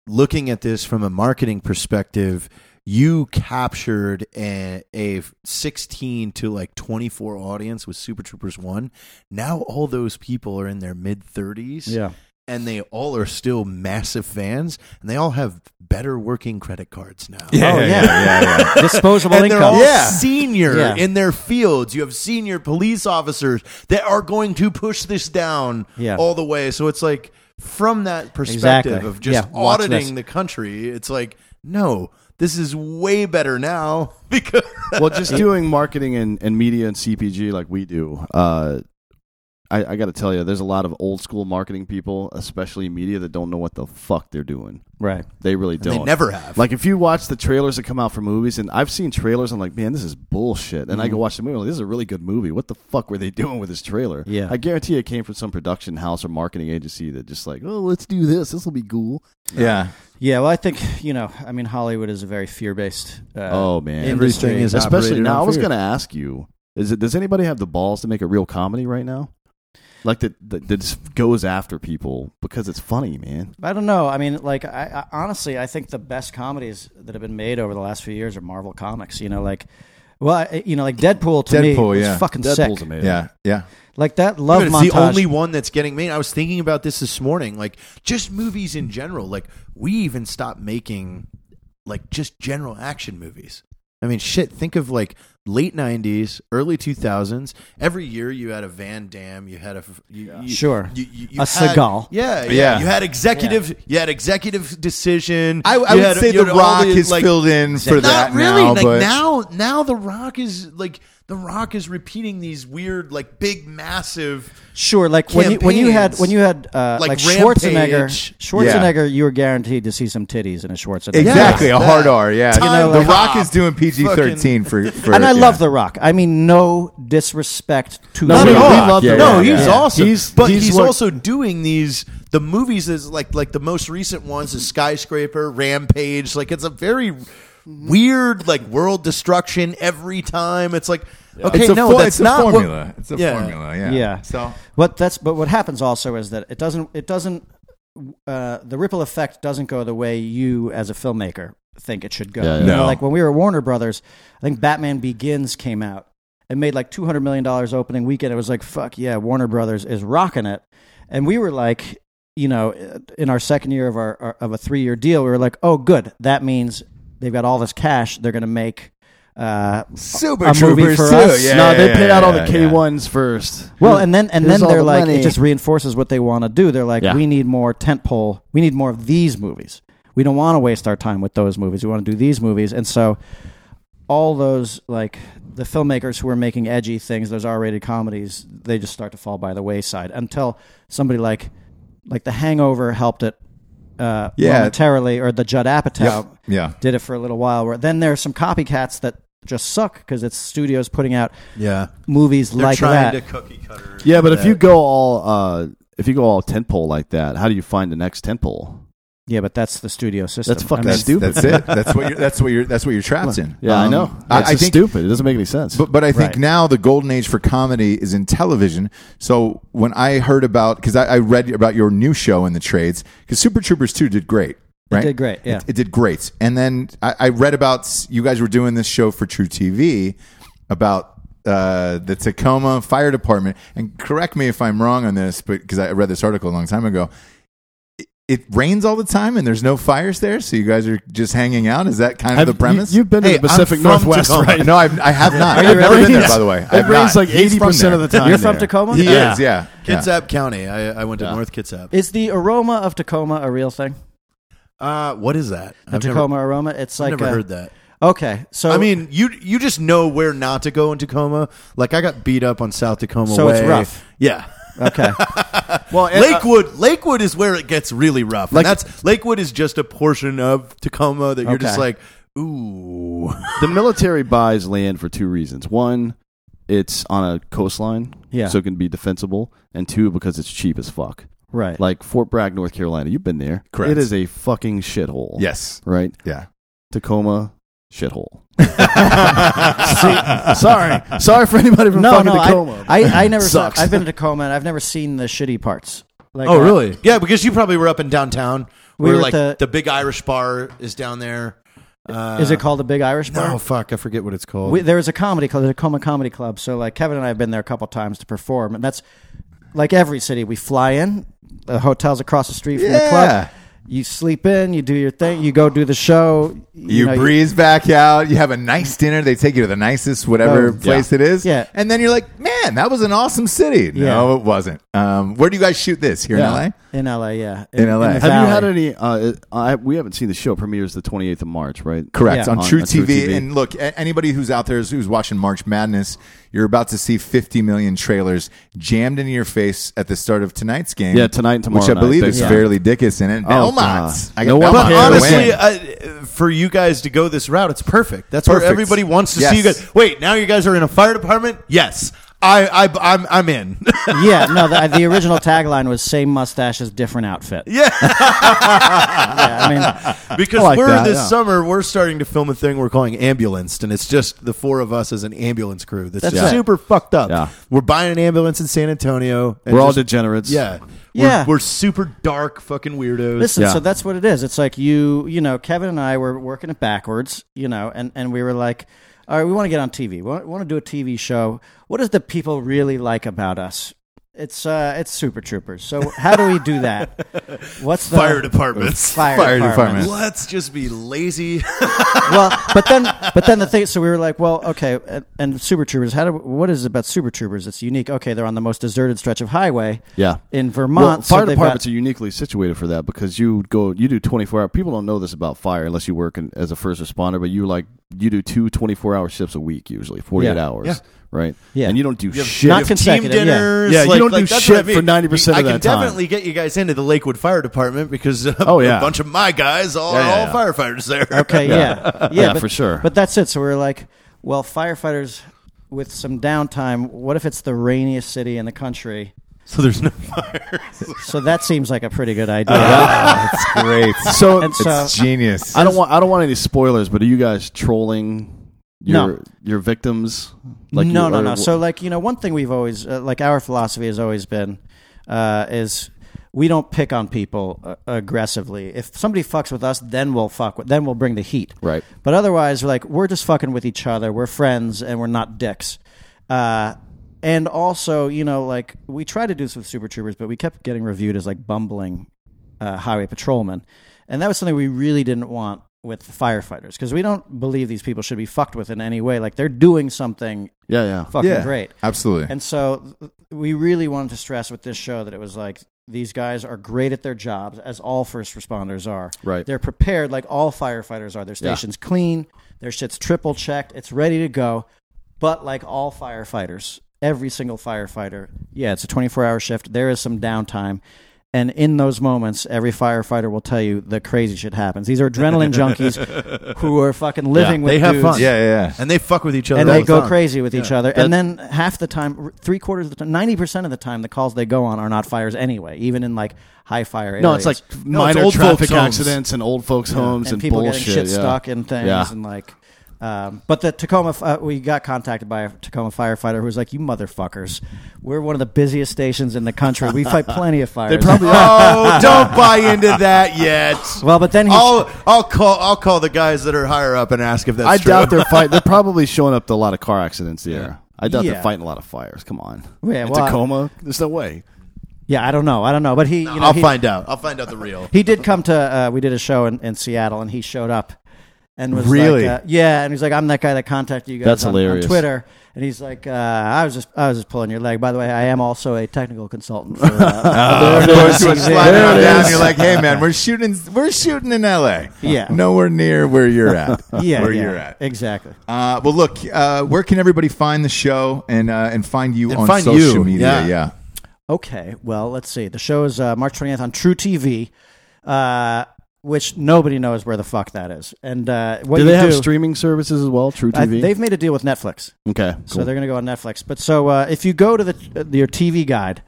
looking at this from a marketing perspective, you captured a, a 16 to like 24 audience with Super Troopers 1. Now all those people are in their mid 30s Yeah. and they all are still massive fans and they all have better working credit cards now. Oh yeah. Disposable And they're income. all Yeah. senior Yeah. in their fields. You have senior police officers that are going to push this down Yeah. all the way. So it's like from that perspective Exactly. of just Yeah, watch this. auditing the country, it's like, no, this is way better now because well, just doing marketing and, and media and CPG like we do, uh, I, I got to tell you, there's a lot of old school marketing people, especially media, that don't know what the fuck they're doing. Right. They really don't. they never have. Like if you watch the trailers that come out for movies, and I've seen trailers, I'm like, man, this is bullshit. And I go watch the movie, I'm like, this is a really good movie. What the fuck were they doing with this trailer? Yeah. I guarantee it came from some production house or marketing agency that just like, oh, let's do this. This will be cool. yeah. Yeah. Well, I think you know. I mean, Hollywood is a very fear-based. Uh, oh man, Everything is especially operated now. on I was fear. going to ask you: Is it does anybody have the balls to make a real comedy right now? Like that that, that just goes after people because it's funny, man. I don't know. I mean, like, I, I honestly, I think the best comedies that have been made over the last few years are Marvel comics. You know, like, well, I, you know, like Deadpool to me Deadpool, was yeah. fucking Deadpool's sick. amazing. Yeah. Yeah. Like that love Dude, it's montage. the only one that's getting made. I was thinking about this this morning, like just movies in general. Like we even stopped making like just general action movies. I mean, shit. Think of like late '90s, early 2000s. Every year you had a Van Damme, you had a you, you- Sure. you, you, you A had- Seagal. Yeah, yeah, Yeah. You had executive, you had executive decision. I, I You would had- say you The had all Rock the, is like, filled in for that not really. now, like but now, now the Rock is like the Rock is repeating these weird, like big, massive. Sure, like when you, when you had when you had uh, like, Like Schwarzenegger, Rampage. Schwarzenegger, you were guaranteed to see some titties in a Schwarzenegger. exactly Yeah. a hard R. Yeah, Time ah, the cop. Rock is doing PG thirteen for, for, and I yeah. love The Rock. I mean, no disrespect to No, The we- Rock. we love Yeah, The no, Rock. he's Yeah. awesome. He's- but he's he's, what- also doing these the movies is like like the most recent ones is Skyscraper, Rampage. Like it's a very weird like world destruction every time. It's like okay, It's a, no, fo- that's it's a not what- formula. it's a Yeah. formula. Yeah. Yeah. So What that's but what happens also is that it doesn't it doesn't uh, the ripple effect doesn't go the way you as a filmmaker think it should go. Yeah, yeah. You know, No. like when we were at Warner Brothers, I think Batman Begins came out and made like two hundred million dollars opening weekend. It was like fuck yeah, Warner Brothers is rocking it, and we were like. You know, in our second year of our our- of a three year deal, we were like, "Oh, good. That means they've got all this cash. They're going to make uh, Super a movie Troopers for too. us? Yeah, no, yeah, they yeah, pay out all yeah, the yeah. K ones first. Well, and then and Here's then all they're the like money. it just reinforces what they want to do. They're like, Yeah. we need more tentpole. We need more of these movies. We don't want to waste our time with those movies. We want to do these movies, and so all those like the filmmakers who are making edgy things, those R-rated comedies, they just start to fall by the wayside until somebody like like The Hangover helped it uh, Yeah. momentarily, or the Judd Apatow Yeah. did it for a little while. Where then there are some copycats that just suck because it's studios putting out Yeah, movies they're like trying that. to cookie cutter. Yeah, but if you go all uh, if you go all tentpole like that, how do you find the next tentpole? Yeah, but that's the studio system. That's I fucking mean, That's, Stupid. that's it. That's what you're. That's what you're. That's what you're trapped in. Yeah, I Um, know. It's I, I just think stupid. It doesn't make any sense. But but I think Right. now the golden age for comedy is in television. So when I heard about because I, I read about your new show in the trades because Super Troopers two did great. Right? did great, yeah. It, it did great. And then I, I read about s- you guys were doing this show for True TV about uh, the Tacoma Fire Department. And correct me if I'm wrong on this, but because I read this article a long time ago. It- It rains all the time, and there's no fires there, so you guys are just hanging out. Is that kind of the premise? You, have been Hey, to the Pacific I'm from Northwest, Tacoma. right? No, I've, I have not. Are you I've never really? been there, Yes. by the way. It rains like eighty eighty percent of the time. You're from there. Tacoma? He Yeah. is, yeah. Kitsap yeah. County. I, I went to Yeah. North Kitsap. Is the aroma of Tacoma a real thing? Uh, what is that? The Tacoma aroma? It's like Never, a- never heard that. Okay, so I mean, you you just know where not to go in Tacoma. Like I got beat up on South Tacoma. So it's Way. rough. Yeah. okay, Well, and, uh, Lakewood, Lakewood is where it gets really rough. Like- and that's Lakewood is just a portion of Tacoma that you're just Okay. like, ooh, the military buys land for two reasons. One, it's on a coastline, Yeah. so it can be defensible, and two, because it's cheap as fuck. right. Like Fort Bragg, North Carolina. You've been there. Correct. It is a fucking shithole. Yes. Right. Yeah. Tacoma shithole. See, sorry, sorry for anybody from no, fucking no, Tacoma. I, I, I never. Sucks. I've been to Tacoma and I've never seen the shitty parts. Like, Oh, uh, Yeah, because you probably were up in downtown. We where were at like the- the, big Irish bar is down there. Uh, Is it called the Big Irish Bar? No, fuck, I forget what it's called. we, there is a comedy club, there's a Coma Comedy Club. So like Kevin and I have been there a couple times to perform, and that's like every city. We fly in, the hotel's across the street from the Yeah. club. You sleep in, you do your thing, you go do the show. You, know, breeze back out. You have a nice dinner. They take you to the nicest whatever Oh, yeah. place it is. Yeah. and then you're like, man, that was an awesome city. No, Yeah. it wasn't. Um, where do you guys shoot this here Yeah. in in LA, yeah, In LA. the Have Have you Valley. had any? Uh, I, we haven't seen the show. Premieres the 28th of March, right? LA? Correct Yeah. on, On- True, on True TV, TV. And look, a- anybody who's out there who's, who's watching March Madness, you're about to see 50 million trailers jammed into your face at the start of tonight's game. Yeah, tonight and tomorrow which I night, believe big is time. Fairleigh Dickinson and Oh, Belmont. God. I No got one Belmont cares. to Honestly, win. I, for you guys to go this route, it's perfect. That's where Perfect. everybody wants to Yes. see you guys. Wait, now you guys are in a fire department? Yes. I, I, I'm, I'm in. yeah, no, the, the original tagline was "Same mustaches, different outfit." Yeah, I mean, because I like we're that, this yeah. summer, we're starting to film a thing we're calling Ambulanced, and it's just the four of us as an ambulance crew. That's, That's right. super fucked up. Yeah. We're buying an ambulance in San Antonio. and We're all just- degenerates. Yeah. Yeah. We're, we're super dark fucking weirdos. listen, Yeah. so that's what it is. It's like you, you know, Kevin and I were working it backwards, you know, and and we were like, all right, we want to get on TV. We want, to do a TV show. What does the people really like about us? It's uh, it's Super Troopers. So how do we do that? What's the fire departments. Fire, Fire department. department. Let's just be lazy. well, but then, but then the thing. So we were like, well, okay, and, and Super Troopers. How do? What is it about Super Troopers? It's unique. Okay, they're on the most deserted stretch of highway. Yeah. in Vermont. Well, so fire they've departments got- are uniquely situated for that because you go, you do 24 hour. People don't know this about fire unless you work in, as a first responder, but you like you do two 24 hour shifts a week usually, 48 Yeah. hours, Yeah. right? Yeah. and you don't do shit. Not You have consecutive, yeah. Team dinners. Yeah, you like- don't like, do that's shit what I mean. for 90% I of can that time. definitely get you guys into the Lakewood Fire Department because uh, Oh, yeah. a bunch of my guys are Yeah, yeah, all firefighters there. Okay, yeah, yeah, Yeah, but- for sure. But that's it. So we were like, well, firefighters with some downtime. What if it's the rainiest city in the country? So there's no fire. So that seems like a pretty good idea. That's great. uh, So And so, it's genius. I don't want I don't want any spoilers, but are you guys trolling your No. your victims? no, you- no, or- no. So, like, you know, one thing we've always, uh, like, our philosophy has always been uh, is we don't pick on people uh, aggressively. If somebody fucks with us, then we'll fuck with, then we'll bring the heat. Right. But otherwise, we're like, we're just fucking with each other. We're friends and we're not dicks. Uh, and also, you know, like, we tried to do this with Super Troopers, but we kept getting reviewed as, like, bumbling uh, highway patrolmen. And that was something we really didn't want with firefighters because we don't believe these people should be fucked with in any way. Like, they're doing something yeah, yeah. fucking great. Absolutely. And so th- we really wanted to stress with this show that it was like these guys are great at their jobs, as all first responders are. Right. They're prepared, like all firefighters are. Their station's clean, their shit's triple checked, it's ready to go. But like all firefighters, every single firefighter, yeah, it's a 24 hour shift. There is some downtime. And in those moments, every firefighter will tell you the crazy shit happens. These are adrenaline junkies who are fucking living with they have dudes fun. yeah, yeah, yeah. And they fuck with each other. and all they the go time. crazy with each other. and then half the time, three quarters of the time, ninety percent of the time, the calls they go on are not fires anyway. Even in like high fire areas, No, it's like minor old traffic folks' homes. accidents and old folks' homes and, and, people bullshit. getting shit yeah. stuck and things Yeah. and like. Um, but the Tacoma, uh, we got contacted by a Tacoma firefighter who was like, "You motherfuckers, we're one of the busiest stations in the country. We fight plenty of fires." oh, don't buy into that yet. well, but then he I'll I'll call I'll call the guys that are higher up and ask if that's I true. doubt they're fight. They're probably showing up to a lot of car accidents here. I doubt Yeah. they're fighting a lot of fires. Come on, Yeah, In well, I- Tacoma. There's no way. yeah, I don't know, I don't know, but he, you know, I'll he, find out. I'll find out the real. He did come to. Uh, we did a show in, in Seattle, and he showed up and was Really? like, uh, "Yeah." And he's like, "I'm that guy that contacted you guys That's on, hilarious. on Twitter." And he's like, uh, "I was just, I was just pulling your leg." By the way, I am also a technical consultant. For, uh, Of course, you would slide There on it down. is. You're like, "Hey, man, we're shooting. We're shooting in L.A. Yeah. nowhere near where you're at. yeah, where yeah, you're at. exactly. Uh, well, look, uh, where can everybody find the show and uh, and find you And on find social you, media? yeah. yeah. Okay, well, let's see. The show is uh, March 20th on True TV, uh, which nobody knows where the fuck that is. And uh, what do you they have do, streaming services as well? True I- TV. they've made a deal with Netflix. okay. So they're going to go on Netflix. But so uh, if you go to the uh, your TV guide,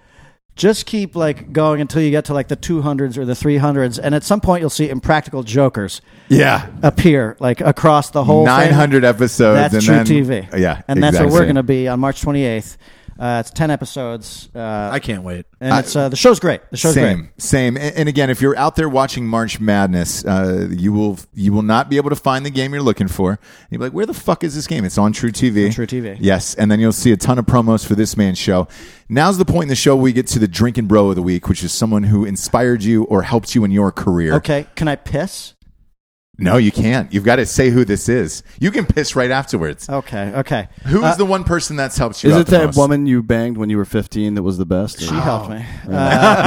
just keep like going until you get to like the 200s or the 300s, and at some point you'll see Impractical Jokers Yeah. appear like across the whole thing. 900 episodes. That's and True then, TV. Yeah. and that's where exactly. we're going to be on March 28th. Uh, it's ten episodes, uh, I can't wait. and it's uh, the show's great. The show's same, great. same. And, and again, if you're out there watching March Madness, uh, you will you will not be able to find the game you're looking for. And you'll be like, "Where the fuck is this game?" It's on True TV. True TV. Yes, and then you'll see a ton of promos for this man's show. Now's the point in the show where we get to the drinking bro of the week, which is someone who inspired you or helped you in your career. Okay, can I piss? No, you can't. You've got to say who this is. You can piss right afterwards. Okay, okay. Who is the one person that's helped you? Is out it the that most? woman you banged when you were 15 that was the best? She helped me.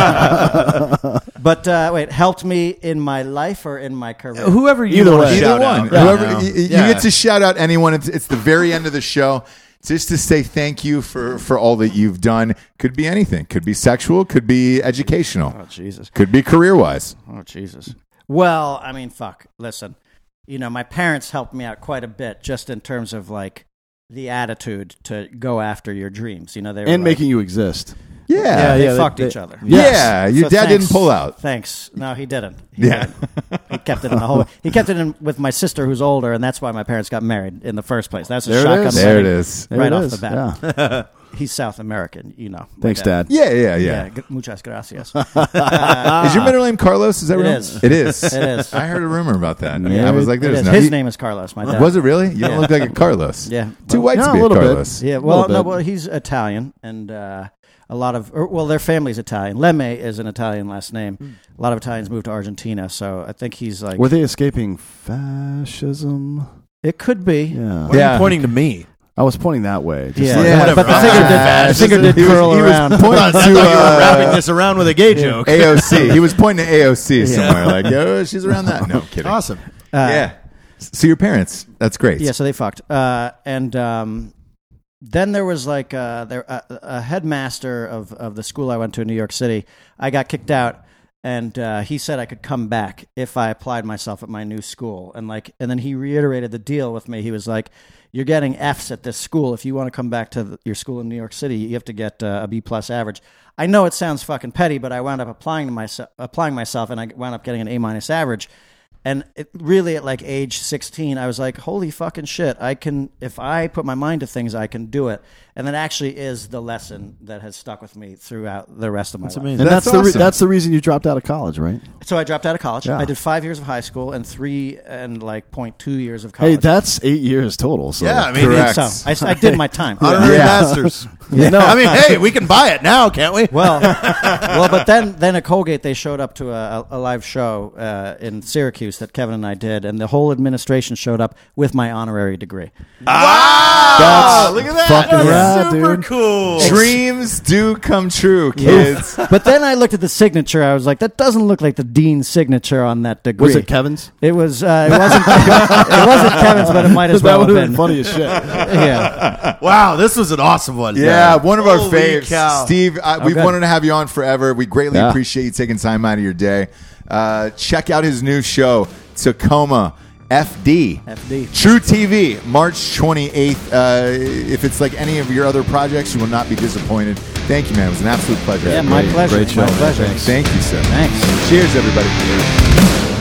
Uh, but uh, wait, helped me in my life or in my career? Whoever you Either want way. to Either shout one. out right Whoever now. you, you Yeah. get to shout out anyone. It's, it's the very end of the show. Just to say thank you for, for all that you've done. Could be anything. Could be sexual. Could be educational. Oh Jesus! Could be career wise. Oh Jesus! Well, I mean, fuck. Listen, you know, my parents helped me out quite a bit, just in terms of like the attitude to go after your dreams. You know, they were And like- making you exist. Yeah. yeah, Yeah. they yeah, they- fucked they- each other. Your So dad thanks- didn't pull out. Thanks. No, he didn't. He Yeah. didn't. he kept it in the whole. He kept it in with my sister, who's older, and that's why my parents got married in the first place. That's a There it shotgun. is. There it wedding is. There Right it off is. the bat. Yeah. He's South American, you know. my Thanks, Dad. Yeah. Yeah. Yeah. g- muchas gracias. is your middle name Carlos? Is that Ah. It real? is. It is. It is. I heard a rumor about that. Yeah, I was it- like, It there's is. no. His you- name is Carlos. My dad. Was it really? You don't look like a Carlos. Yeah. Too white yeah, to a be a little bit. Carlos. Yeah. Well, Little no. bit. Well, he's Italian, and uh, a lot of or, well, their family's Italian. Lemme is an Italian last name. A lot of Italians moved to Argentina, so I think he's like. Were they escaping fascism? it could be. Yeah. Why are Yeah. you pointing to me? I was pointing that way. Just Yeah. like- Yeah, but the fuck finger did, the fascism. finger did He was- curl he was around. I Pointing thought to you were uh, wrapping this around with a gay joke. AOC. He was pointing to AOC somewhere. Like, oh, she's around that. No I'm kidding. Awesome. Uh, yeah. So your parents. That's great. Yeah, so they fucked. Uh, and um, then there was like uh, there a, a headmaster of of the school I went to in New York City. I got kicked out, and uh, he said I could come back if I applied myself at my new school. And like, and then he reiterated the deal with me. He was like, "You're getting Fs at this school. If you want to come back to the, your school in New York City, you have to get uh, a B plus average." I know it sounds fucking petty, but I wound up applying to myself, applying myself, and I wound up getting an A minus average. And it, really, at like age 16, I was like, holy fucking shit, I can, if I put my mind to things, I can do it. And that actually is the lesson that has stuck with me throughout the rest of my life. And that's, That's the re- awesome. that's the reason you dropped out of college, right? So I dropped out of college. Yeah. I did five years of high school and three and like 0.2 years of college. Hey, that's eight years total. So Yeah, I mean, Correct. so I, I did my time. honorary Yeah. masters. I mean, hey, we can buy it now, can't we? Well, well, but then then at Colgate they showed up to a, a live show uh, in Syracuse that Kevin and I did, and the whole administration showed up with my honorary degree. Wow! Ah, Look at that. fucking That's rad, super dude. cool. Dreams do come true, kids. but then I looked at the signature. I was like, that doesn't look like the dean's signature on that degree. was it Kevin's? It was. Uh, it wasn't. it wasn't Kevin's, but it might as that well would have have been been. funny as shit. Yeah. Wow, this was an awesome one. Yeah, one of our Holy faves, cow. Steve. I, we've good. wanted to have you on forever. We greatly Yeah. appreciate you taking time out of your day. Uh, check out his new show, Tacoma FD. FD. True TV, March 28th. Uh, if it's like any of your other projects, you will not be disappointed. Thank you, man. It was an absolute pleasure. Yeah, my Great- pleasure. great show, my man. pleasure. Thank you, sir. Thanks. Cheers, everybody.